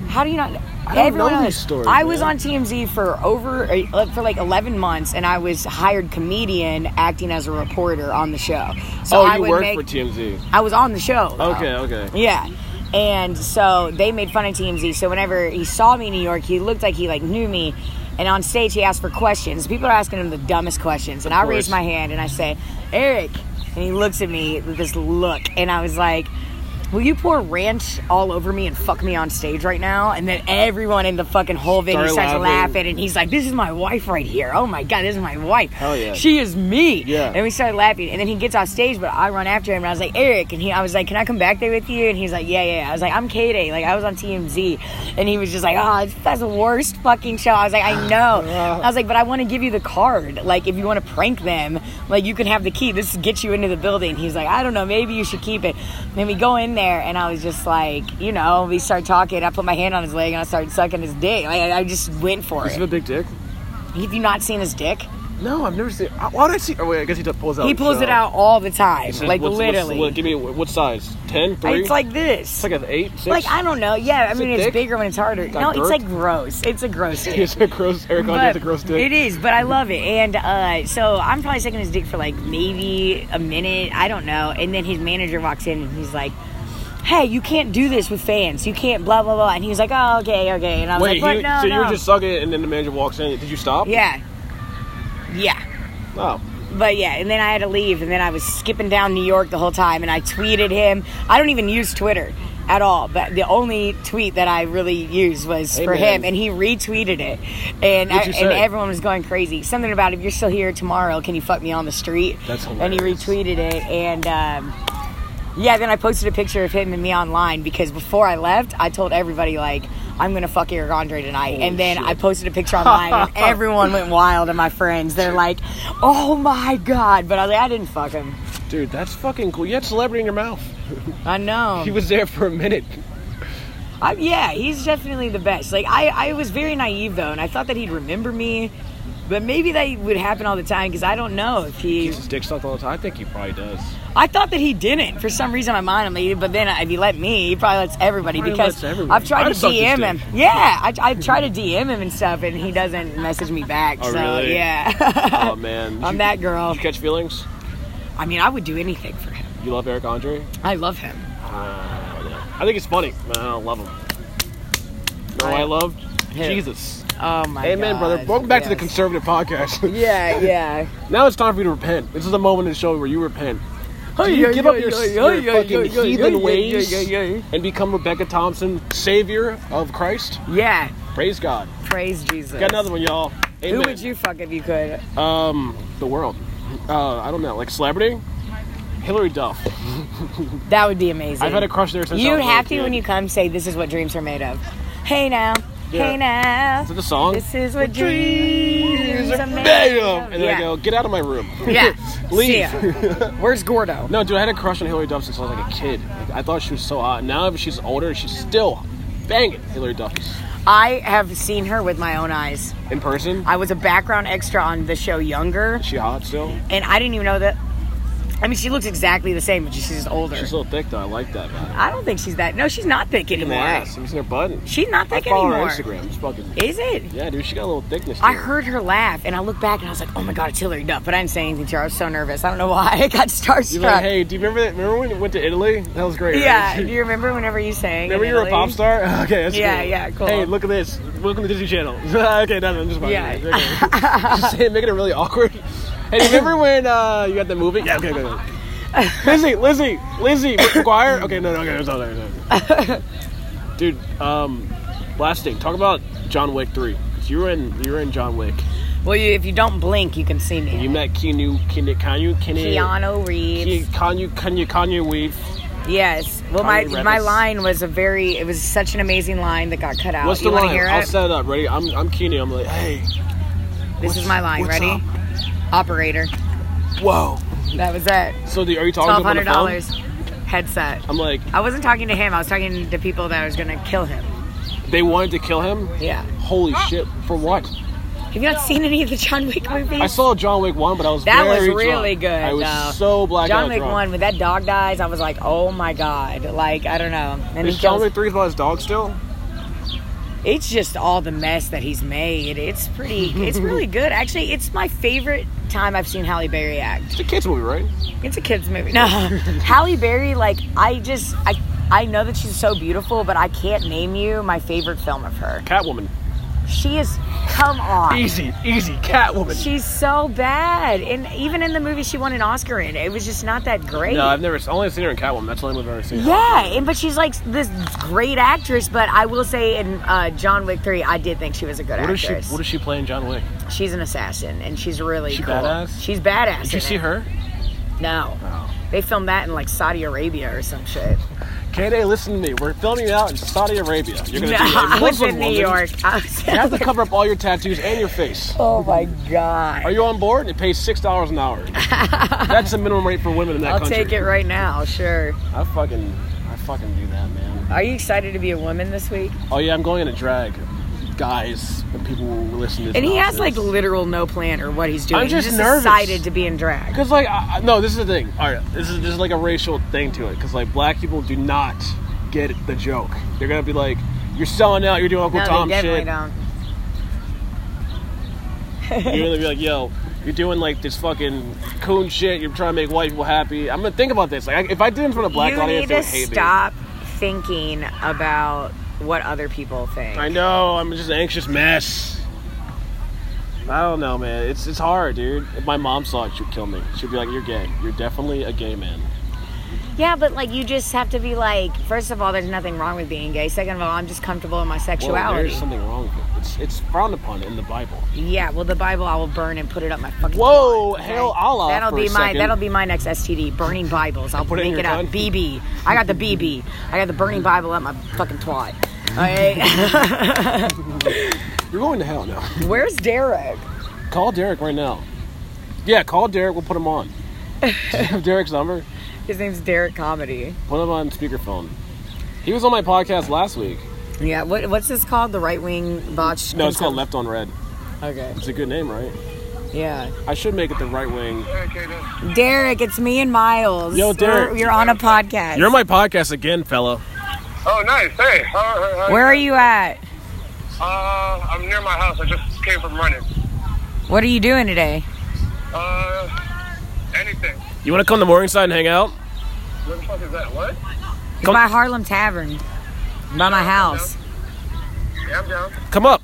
C: "How do you not?"
A: I don't
C: Everyone
A: know
C: else-
A: these stories,
C: I was
A: man.
C: on TMZ for over uh, for like eleven months, and I was hired comedian acting as a reporter on the show. So
A: oh,
C: I
A: you
C: would
A: worked
C: make
A: for TMZ.
C: I was on the show. though.
A: Okay, okay.
C: Yeah. And so they made fun of TMZ. So whenever he saw me in New York, he looked like he like knew me. And on stage, he asked for questions. People are asking him the dumbest questions. And
A: Of
C: I
A: course.
C: raise my hand and I say, Eric. And he looks at me with this look. And I was like, Will you pour ranch all over me and fuck me on stage right now? And then everyone in the fucking whole venue
A: Started
C: starts laughing.
A: laughing.
C: And he's like, This is my wife right here. Oh my God, this is my wife.
A: Hell yeah.
C: She is me.
A: Yeah.
C: And we started laughing. And then he gets off stage, but I run after him and I was like, Eric. And he, I was like, Can I come back there with you? And he's like, Yeah, yeah. yeah." I was like, I'm K Day. Like, I was on TMZ. And he was just like, Oh, it's- that's the worst fucking show. I was like, I know. I was like, But I want to give you the card. Like, if you want to prank them, like, you can have the key. This gets you into the building. He's like, I don't know. Maybe you should keep it. Then we go in there and I was just like, You know, we start talking. I put my hand on his leg and I started sucking his dick. Like, I I just went for
A: Is
C: it.
A: it a big dick?
C: Have you not seen his dick?
A: No, I've never seen. uh, Why would I see? Oh wait, I guess he just pulls out.
C: He pulls
A: so-
C: it out all the time,
A: It's just-
C: like
A: what's- what's-
C: literally.
A: what- give me what, what size? 10, 3?
C: it's like this.
A: It's like an eight, six.
C: Like I don't know. Yeah, I
A: Is
C: mean
A: it
C: it's
A: thick?
C: bigger when it's harder.
A: Got
C: no,
A: girth?
C: it's like gross. It's a gross dick.
A: It's a gross. Eric Andre has a gross dick.
C: It is, but I love it. And uh, so I'm probably sucking his dick for like maybe a minute. I don't know. And then his manager walks in and he's like, "Hey, you can't do this with fans. You can't blah blah blah." And he was like, "Oh, okay, okay." And I was
A: Wait,
C: like,
A: he-
C: "But no,
A: so
C: no."
A: you were just sucking it, and then the manager walks in. Did you stop?
C: yeah, yeah.
A: Oh.
C: But yeah, and then I had to leave, and then I was skipping down New York the whole time, and I tweeted him. I don't even use Twitter at all, but the only tweet that I really used was
A: Hey,
C: for
A: man.
C: him, and he retweeted it, and I,
A: What'd you
C: and
A: say?
C: everyone was going crazy. Something about if you're still here tomorrow, can you fuck me on the street?
A: That's
C: And he
A: hilarious.
C: retweeted it, and. Um, yeah, then I posted a picture of him and me online because before I left, I told everybody like I'm gonna fuck Eric Andre tonight, and then I posted a picture online, and everyone went wild. And my friends, they're like, "Oh my god!" But I was like, I didn't fuck him.
A: Dude, that's fucking cool. You had celebrity in your mouth.
C: I know.
A: He was there for a minute.
C: I, yeah, he's definitely the best. Like I, I was very naive though, and I thought that he'd remember me, but maybe that would happen all the time because I don't know if he.
A: He's his dick sucked all the time. I think he probably does.
C: I thought that he didn't for some reason. in My mind, I'm like, but then if he let me, he probably lets everybody
A: Probably
C: because
A: lets everyone.
C: I've tried
A: I'd
C: to
A: suck his
C: DM
A: dick.
C: him. Yeah, I, I try to DM him and stuff, and he doesn't message me back.
A: Oh,
C: so
A: really?
C: yeah,
A: Oh man.
C: I'm
A: You-
C: that girl.
A: Did you catch feelings?
C: I mean, I would do anything for him.
A: You love Eric Andre? Uh,
C: I love him.
A: I think he's funny. Man, I love him. No, I,
C: I-
A: loved
C: Who?
A: Jesus.
C: Oh my.
A: Amen, brother.
C: God.
A: Welcome back to the
C: Yes.
A: conservative podcast.
C: Yeah, yeah.
A: now it's time for you to repent. This is the moment in the show where you repent. Do you give up your, your fucking heathen ways and become Rebecca Thompson, savior of Christ?
C: Yeah.
A: Praise God.
C: Praise Jesus.
A: Got another one, y'all. Amen.
C: Who would you fuck if you could?
A: Um, the world. Uh, I don't know, like celebrity. Hillary Duff.
C: That would be amazing.
A: I've had a crush there since I
C: You'd
A: was a
C: have
A: little
C: to when
A: kid.
C: you come say this is what dreams are made of. Hey now,
A: Yeah.
C: hey now.
A: Is it the song?
C: This is what dreams are made
A: Bam!
C: of.
A: And then I go, get out of my room.
C: Yeah.
A: Leave.
C: See ya. Where's Gordo?
A: No, dude, I had a crush on Hillary Duff since I was like a kid. Like, I thought she was so hot. Now if she's older, she's still banging Hillary Duff
C: I have seen her with my own eyes.
A: in person.
C: I was a background extra on the show Younger,
A: Is she hot still?
C: and I didn't even know that. I mean, she looks exactly the same, but she's just older.
A: She's a little thick though. I like that. Man.
C: I don't think she's that. No, she's not thick
A: In the
C: anymore.
A: ass. I'm seeing her butt.
C: She's not
A: I
C: thick
A: follow her
C: anymore.
A: on Instagram. It's fucking.
C: Is it?
A: Yeah, dude, she got a little thickness. to
C: I
A: her.
C: heard her laugh, and I looked back and I was like, "Oh my god, it's Hillary Duff!" But I didn't say anything to her. I was so nervous. I don't know why. I got starstruck.
A: You're like, hey, do you remember that? Remember when we went to Italy? That was great. right?
C: yeah. Do you remember whenever you sang?
A: Remember
C: in
A: you were a
C: Italy?
A: pop star? Okay, that's
C: Yeah,
A: cool.
C: yeah, cool.
A: Hey, look at this. Welcome to Disney Channel. okay, nothing. I'm just fucking
C: Yeah.
A: with you. Okay. just saying, making it really awkward. Hey, remember when uh, you had the movie? Yeah, okay, okay. okay. Lizzie, Lizzie, Lizzie McGuire. Okay, no, no, okay, that's all right. that's all right. Dude, um, last thing. Talk about John Wick three. 'Cause You were in, you were in John Wick.
C: Well, you, if you don't blink, you can see me.
A: You met Keanu, Keanu, Keanu, Keanu,
C: Keanu Reeves.
A: Keanu, Keanu, Kanye Weave.
C: yes. Well, my
A: Keanu
C: my
A: Reeves.
C: line was a very. It was such an amazing line that got cut out.
A: What's
C: Oh, you
A: the
C: want to
A: line?
C: hear
A: I'll
C: it?
A: set it up. Ready? I'm, I'm Keanu. I'm like, hey,
C: this is my line.
A: what's
C: Ready?
A: up?
C: Operator.
A: whoa.
C: That was it.
A: So the, are Oh, you talking
C: Twelve
A: to him on the
C: hundred
A: phone?
C: dollars. Headset.
A: I'm like,
C: I wasn't talking to him. I was talking to people that was gonna kill him.
A: they wanted to kill him.
C: Yeah.
A: Holy shit! For what?
C: Have you not seen any of the John Wick movies?
A: I saw John Wick one, but I was
C: That was
A: very
C: really
A: drunk.
C: good.
A: I was
C: though.
A: so black
C: John
A: out
C: Wick
A: drunk.
C: one when that dog dies, I was like, oh my god, like I don't know. And
A: Is
C: he
A: John
C: kills-
A: Wick three about his dog still?
C: it's just all the mess that he's made. It's pretty. It's really good. Actually, it's my favorite time I've seen Halle Berry act.
A: It's a kids movie, right?
C: It's a kids movie. No, Halle Berry. Like I just I. I know that she's so beautiful, but I can't name you my favorite film of her.
A: Catwoman.
C: She is, come on.
A: Easy, easy. Catwoman.
C: She's so bad. And even in the movie she won an Oscar in, it was just not that great.
A: no, I've never only seen her in Catwoman. That's the only movie I've ever seen.
C: Yeah, and but she's like this great actress. But I will say, in uh, John Wick Three, I did think she was a good
A: What is she?
C: actress.
A: What is she playing, John Wick?
C: she's an assassin, and she's really
A: She
C: cool.
A: badass?
C: She's badass.
A: Did you
C: in
A: see
C: it.
A: her? Oh.
C: No,
A: No.
C: they filmed that in like Saudi Arabia or some shit.
A: K Day, listen to me. We're filming it out in Saudi Arabia. You're gonna
C: no,
A: be a
C: I was
A: Muslim
C: in New
A: woman.
C: York. I
A: You have to
C: was-
A: cover up all your tattoos and your face.
C: oh my
A: Are
C: god!
A: you on board? It pays six dollars an hour. That's the minimum rate for women in that
C: I'll
A: country.
C: take it right now. Sure.
A: I fucking, I fucking do that, man.
C: Are you excited to be a woman this week?
A: Oh yeah, I'm going in a drag. guys when people were listening. to
C: And he has like
A: nonsense.
C: literal no plan or what he's doing.
A: I'm just
C: he's just
A: nervous.
C: excited to be in drag.
A: Because like, I, I- no, this is the thing. All right, this is just like a racial thing to it. Because like, black people do not get the joke. They're gonna be like, "You're selling out. You're doing Uncle
C: No, they
A: Tom
C: definitely
A: shit."
C: don't.
A: You're gonna be like, "Yo, you're doing like this fucking coon shit. You're trying to make white people happy." I'm gonna think about this. Like, I, if I did it in front of a black
C: you
A: audience,
C: need
A: they
C: to
A: would hate
C: stop thinking about what other people think.
A: me. I know. I'm just an anxious mess. I don't know, man. It's it's hard, dude. If my mom saw it, she'd kill me. She'd be like, "You're gay. You're definitely a gay man."
C: Yeah, but like you just have to be like, first of all, there's nothing wrong with being gay. Second of all, I'm just comfortable in my
A: Well,
C: sexuality.
A: there's something wrong with it. It's it's frowned upon in the Bible.
C: yeah, well, the Bible I will burn and put it up my fucking.
A: Whoa,
C: okay?
A: hell, Allah
C: That'll
A: for
C: be
A: a
C: my
A: second.
C: that'll be my next STD. Burning Bibles. I'll
A: Put it in
C: make
A: your
C: it up.
A: gun?
C: BB. I got the BB. I got the burning Bible up my fucking twat. Alright.
A: You're going to hell now.
C: Where's Derek?
A: Call Derek right now. Yeah, call Derek. We'll put him on. Do you have Derek's number.
C: His name's Derek Comedy.
A: Put him on speakerphone. He was on my podcast last week.
C: Yeah. What, what's this called? The right wing botched.
A: No, it's called
C: conserv-
A: Left on Red.
C: Okay.
A: It's a good name, right?
C: Yeah.
A: I should make it the right wing.
C: Derek, it's me and Miles.
A: Yo,
C: We're-
A: Derek.
C: you're on a podcast.
A: You're on my podcast again, fella.
E: Oh, nice. Hey, how, how, how-
C: Where are you at?
E: Uh, I'm near my house. I just came from running.
C: What are you doing today?
E: Uh, anything.
A: You want to come to Morningside and hang out?
E: What the fuck is that? What?
C: It's by Harlem Tavern. By my house.
E: Yeah, I'm down.
A: Come up.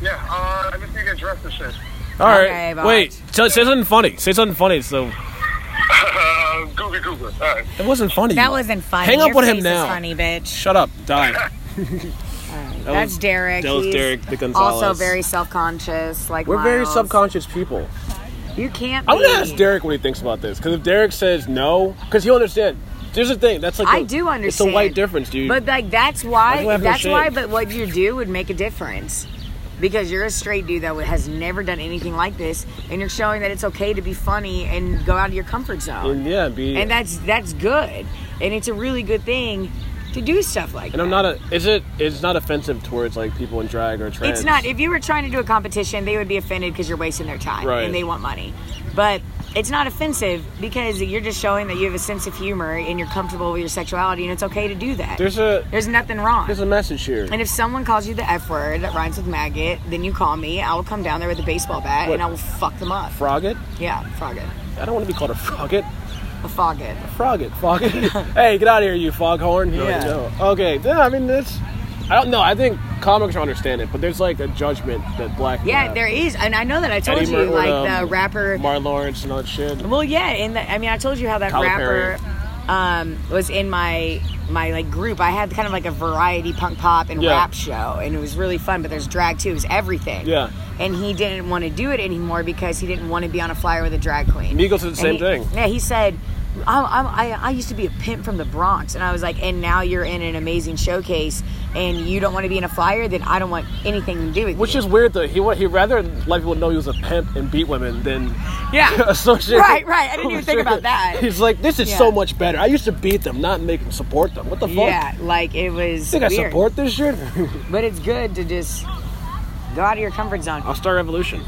E: Yeah, uh, I just need to get dressed and shit.
A: All right.
C: Okay, bye.
A: Wait. Say, say something funny. Say something funny. So
E: Uh, Googie Google. All right.
A: it wasn't funny.
C: That wasn't funny.
A: Hang up
C: Your
A: with him
C: face is
A: now.
C: funny, bitch.
A: Shut up. Die. That
C: That's
A: was-
C: Derek.
A: that was
C: He's
A: Derek the Gonzalez.
C: Also very self-conscious. Like
A: We're very
C: Miles.
A: subconscious people.
C: You can't.
A: I'm
C: be.
A: gonna ask Derek what he thinks about this because if Derek says no, because he'll understand. There's the thing. That's like
C: I
A: a-
C: do understand.
A: It's a white difference, dude.
C: But like that's
A: Why
C: why.
A: do I have no
C: that's why.
A: shame?
C: But what you do would make a difference. Because you're a straight dude that has never done anything like this, and you're showing that it's okay to be funny and go out of your comfort zone,
A: and yeah, be.
C: and
A: And,
C: that's that's good, and it's a really good thing to do stuff like. that.
A: I'm not a. Is it? It's not offensive towards like people in drag or trans.
C: It's not. If you were trying to do a competition, they would be offended because you're wasting their time
A: Right.
C: and they want money. But it's not offensive because you're just showing that you have a sense of humor and you're comfortable with your sexuality and it's okay to do that.
A: There's a.
C: There's nothing wrong.
A: There's a message here.
C: and if someone calls you the F word that rhymes with maggot, then you call me. I will come down there with a baseball bat
A: What?
C: and I will fuck them up.
A: Frogget?
C: yeah, frog it.
A: I don't want to be called a frogget.
C: A fog it.
A: Frogget. Frogget. hey, get out of here, you foghorn. You already
C: Yeah.
A: know. Okay. Yeah. I mean, that's. I don't know. I think comics will understand it, but there's like a judgment that black. people
C: Yeah,
A: have.
C: there is. And I know that I told
A: Eddie
C: you,
A: Mur-
C: like
A: um,
C: the rapper.
A: Martin Lawrence and all that shit.
C: Well, yeah, and the, I mean, I told you how that
A: Tyler
C: rapper um, was in my my like group. I had kind of like a variety punk pop and
A: Yeah.
C: rap show, and it was really fun. But there's drag too; it was everything.
A: Yeah.
C: And he didn't want to do it anymore because he didn't want to be on a flyer with a drag queen.
A: Migos did the
C: And
A: same
C: he-
A: thing.
C: Yeah, he said. I, I, I- I used to be a pimp from the Bronx, and I was like, and now you're in an amazing showcase, and you don't want to be in a flyer, then I don't want anything to do with
A: Which
C: you.
A: is weird though. He wa- he rather let people know he was a pimp and beat women than
C: yeah,
A: associate.
C: Right, right. I didn't even think about that.
A: He's like, this is
C: Yeah.
A: so much better. I used to beat them, not make them support them. What the fuck?
C: yeah, like it was.
A: You think I
C: weird.
A: support this shit?
C: But it's good to just go out of your comfort zone.
A: I'll start revolution.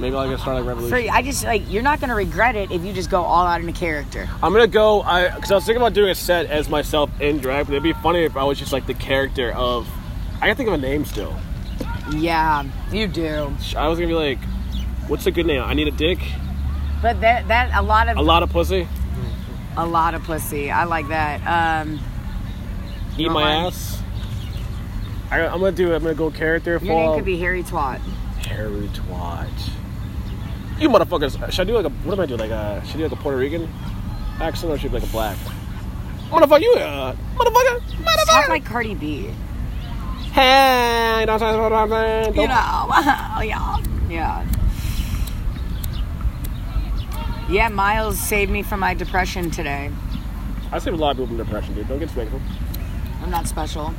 A: Maybe I'll get start like revolution.
C: Free. I just like you're not gonna regret it if you just go all out in a character.
A: I'm gonna go. I because I was thinking about doing a set as myself in drag, but it'd be funny if I was just like the character of. I gotta think of a name still.
C: Yeah, you do.
A: Sh- I was gonna be like, what's a good name? I need a dick,
C: But that that a lot of
A: a lot of pussy,
C: a lot of pussy. I like that. Um,
A: eat
C: want
A: my
C: mine?
A: ass. I, I'm gonna do. it. I'm gonna go character.
C: your
A: form.
C: name could be Harry Twat.
A: Harry Twat. You motherfuckers! Should I do like a what am I doing? Like a should I do like a Puerto Rican accent or should I be like a black? Motherfucker, you uh, motherfucker,
C: Talk
A: motherfucker.
C: like Cardi B.
A: hey, you know what I'm saying?
C: You
A: Don't-
C: know, yeah, yeah. Yeah, Miles saved me from my depression today.
A: I save a lot of people from depression, dude. Don't get spiteful.
C: I'm not special.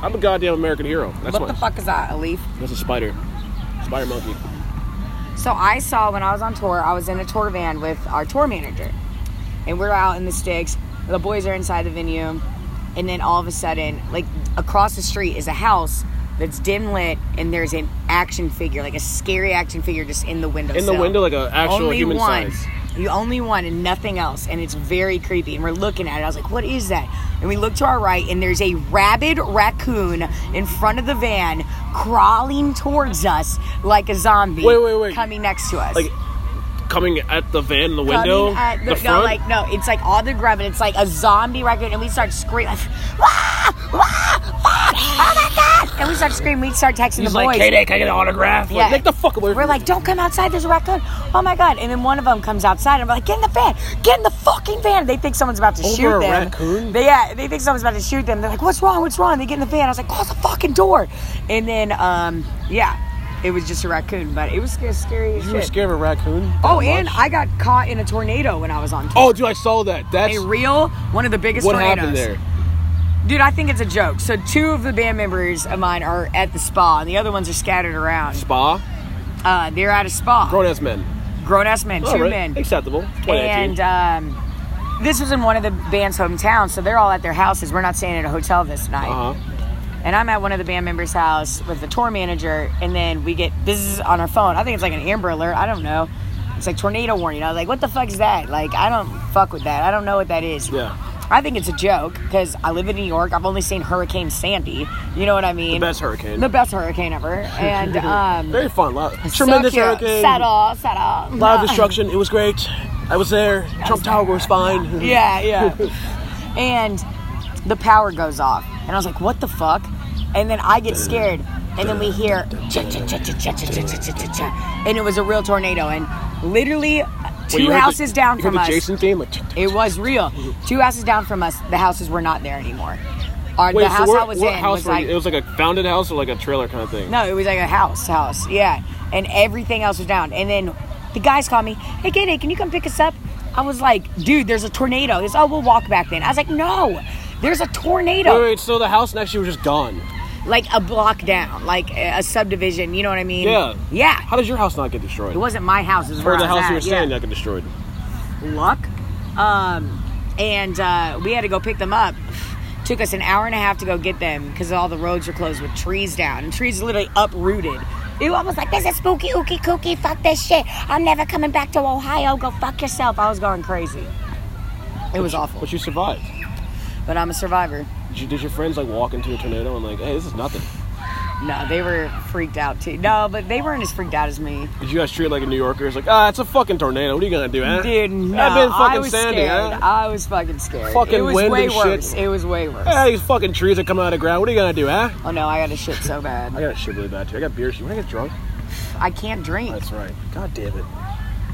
A: I'm a goddamn American hero. That's
C: what
A: my.
C: the fuck is that, a leaf?
A: That's a spider. Spider monkey.
C: So I saw when I was on tour, I was in a tour van with our tour manager, and we're out in the sticks. The boys are inside the venue, and then all of a sudden, like across the street is a house that's dim lit and there's an action figure, like a scary action figure, just in the window.
A: In the window, like a actual
C: only
A: human
C: one.
A: size.
C: You only one and nothing else, and it's very creepy. And we're looking at it. I was like, "What is that?" And we look to our right, and there's a rabid raccoon in front of the van, crawling towards us like a zombie.
A: Wait, wait, wait.
C: Coming next to us,
A: Like coming at the van in the
C: coming
A: window,
C: at
A: the
C: no,
A: front.
C: like no, it's like all the grub, and it's like a zombie raccoon, and we start screaming. Wah! Wah! Wah! Oh my god! And we start screaming. We start texting
A: He's
C: the boys.
A: like, "K-Day, can I get an autograph?"
C: Yeah.
A: Like, "Get the fuck away
C: We're
A: from
C: like, don't come outside. There's a raccoon. Oh my god! And then one of them comes outside, and we're like, get in the van, get in the fucking van. They think someone's about to
A: Over
C: shoot
A: a
C: them.
A: raccoon?
C: They, yeah, they think someone's about to shoot them. They're like, what's wrong? What's wrong? They get in the van. I was like, close the fucking door. And then, um, yeah. It was just a raccoon, but it was sc- scary as
A: You were
C: shit.
A: scared of a raccoon?
C: Oh, and I got caught in a tornado when I was on tour.
A: Oh, dude, I saw that. That's
C: A real one of the biggest
A: what
C: tornadoes.
A: happened there.
C: Dude, I think it's a joke. So two of the band members of mine are at the spa, and the other ones are scattered around.
A: Spa,
C: Uh, they're at a spa.
A: grown ass men.
C: Grown ass men,
A: All
C: two
A: right,
C: men.
A: acceptable. 2019.
C: and um, this was in one of the band's hometowns, so they're all at their houses. We're not staying at a hotel this night.
A: uh-huh.
C: And I'm at one of the band members' house with the tour manager, and then we get this is on our phone. I think it's like an Amber Alert. I don't know. It's like tornado warning. I was like, what the fuck is that? Like, I don't fuck with that. I don't know what that is.
A: Yeah.
C: I think it's a joke because I live in New York. I've only seen Hurricane Sandy. You know what I mean?
A: The best hurricane.
C: The best hurricane ever. And um,
A: Very fun. Lot, tremendous
C: so cute.
A: hurricane.
C: Settle, settle.
A: A lot of destruction. It was great. I was there. Trump Tower was fine.
C: Yeah, yeah. and the power goes off. And I was like, what the fuck? And then I get scared. And then we hear, "Cha, cha, cha, cha, cha, cha, cha, cha, cha, cha, cha." and it was a real tornado. And literally, uh,
A: Wait, you
C: two
A: heard the-
C: houses down
A: you heard
C: from
A: the
C: us,
A: Jason theme. Like,
C: it was real. Two houses down from us, the houses were not there anymore. Our,
A: wait,
C: the house
A: so where,
C: I was
A: what
C: in
A: house
C: was
A: were
C: like,
A: you- it was like a founded house or like a trailer kind of thing.
C: no, it was like a house, house, yeah. And everything else was down. And then the guys called me, hey, Gayday, can you come pick us up? I was like, dude, there's a tornado. He's, oh, we'll walk back then. I was like, no, there's a tornado.
A: Wait, wait, so the house next to you was just gone.
C: Like a block down, like a a subdivision, you know what I mean?
A: Yeah.
C: Yeah.
A: How does your house not get destroyed?
C: It wasn't my house, it was where
A: or the
C: I was
A: house you were
C: at,
A: staying
C: yeah.
A: not get destroyed.
C: Luck. Um, and uh, we had to go pick them up. Took us an hour and a half to go get them because all the roads were closed with trees down and trees literally uprooted. It was like, this is spooky, ookie, kooky, fuck this shit. I'm never coming back to Ohio. Go fuck yourself. I was going crazy. It was awful.
A: But you survived.
C: But I'm a survivor.
A: Did, you, did your friends like walk into a tornado and like, hey, this is nothing?
C: No, they were freaked out too. No, but they weren't as freaked out as me.
A: Did you guys treat it like a New Yorker? It's like, ah, it's a fucking tornado. What are you gonna do, eh?
C: Dude, no.
A: I've been
C: I
A: fucking
C: was
A: Sandy,
C: scared.
A: eh?
C: I was fucking scared.
A: Fucking
C: it was
A: wind
C: way
A: and shit.
C: worse. It was way worse.
A: Ah, these fucking trees that come out of the ground. What are you gonna do, eh?
C: Oh no, I got a shit so bad.
A: I got shit really bad too. I got beer shit. When I get drunk,
C: I can't drink.
A: that's right. God damn it.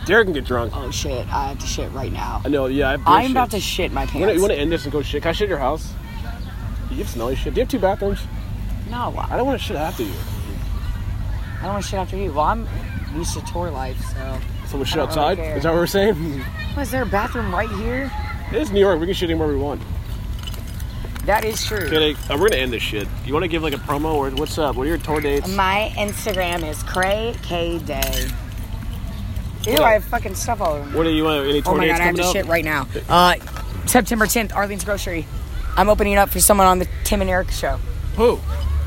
A: Derek can get drunk.
C: Oh shit, I have to shit right now.
A: I know. Yeah, I have beer
C: I'm
A: shit.
C: about to shit my
A: You wanna,
C: pants.
A: you wanna end this and go shit? Can I shit at your house? You have smelly shit. Do you have two bathrooms?
C: no,
A: I
C: I
A: don't want to shit after you.
C: I don't want to shit after you. Well, I'm used to tour life, so.
A: So we shit
C: I don't really
A: outside.
C: care.
A: Is that what we're saying?
C: Oh, is there a bathroom right here?
A: it is New York. We can shit anywhere we want.
C: That is true.
A: Okay, like, uh, we're gonna end this shit. You want to give like a promo or what's up? What are your tour dates?
C: My Instagram is cray k day. Ew, I have fucking stuff all over me.
A: What are you want? Any tour
C: Oh my
A: dates
C: god, I have
A: coming
C: to
A: up?
C: shit right now. Uh, September 10th, Arlene's Grocery. I'm opening up for someone on the Tim and Eric show.
A: Who?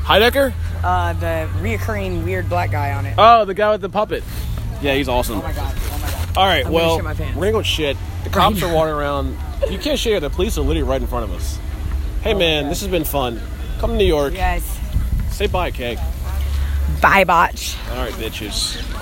A: Heidecker?
C: Uh, the reoccurring weird black guy on it.
A: Oh, the guy with the puppet. Yeah, he's awesome.
C: Oh my god. Oh my god.
A: All right,
C: I'm gonna
A: well,
C: shit my pants.
A: we're gonna go shit. The cops are walking around. You can't shit here. The police are literally right in front of us.
C: Oh
A: Hey, man, this has been fun. Come to New York.
C: Yes.
A: Say bye, Keg.
C: Bye, botch.
A: All right, bitches.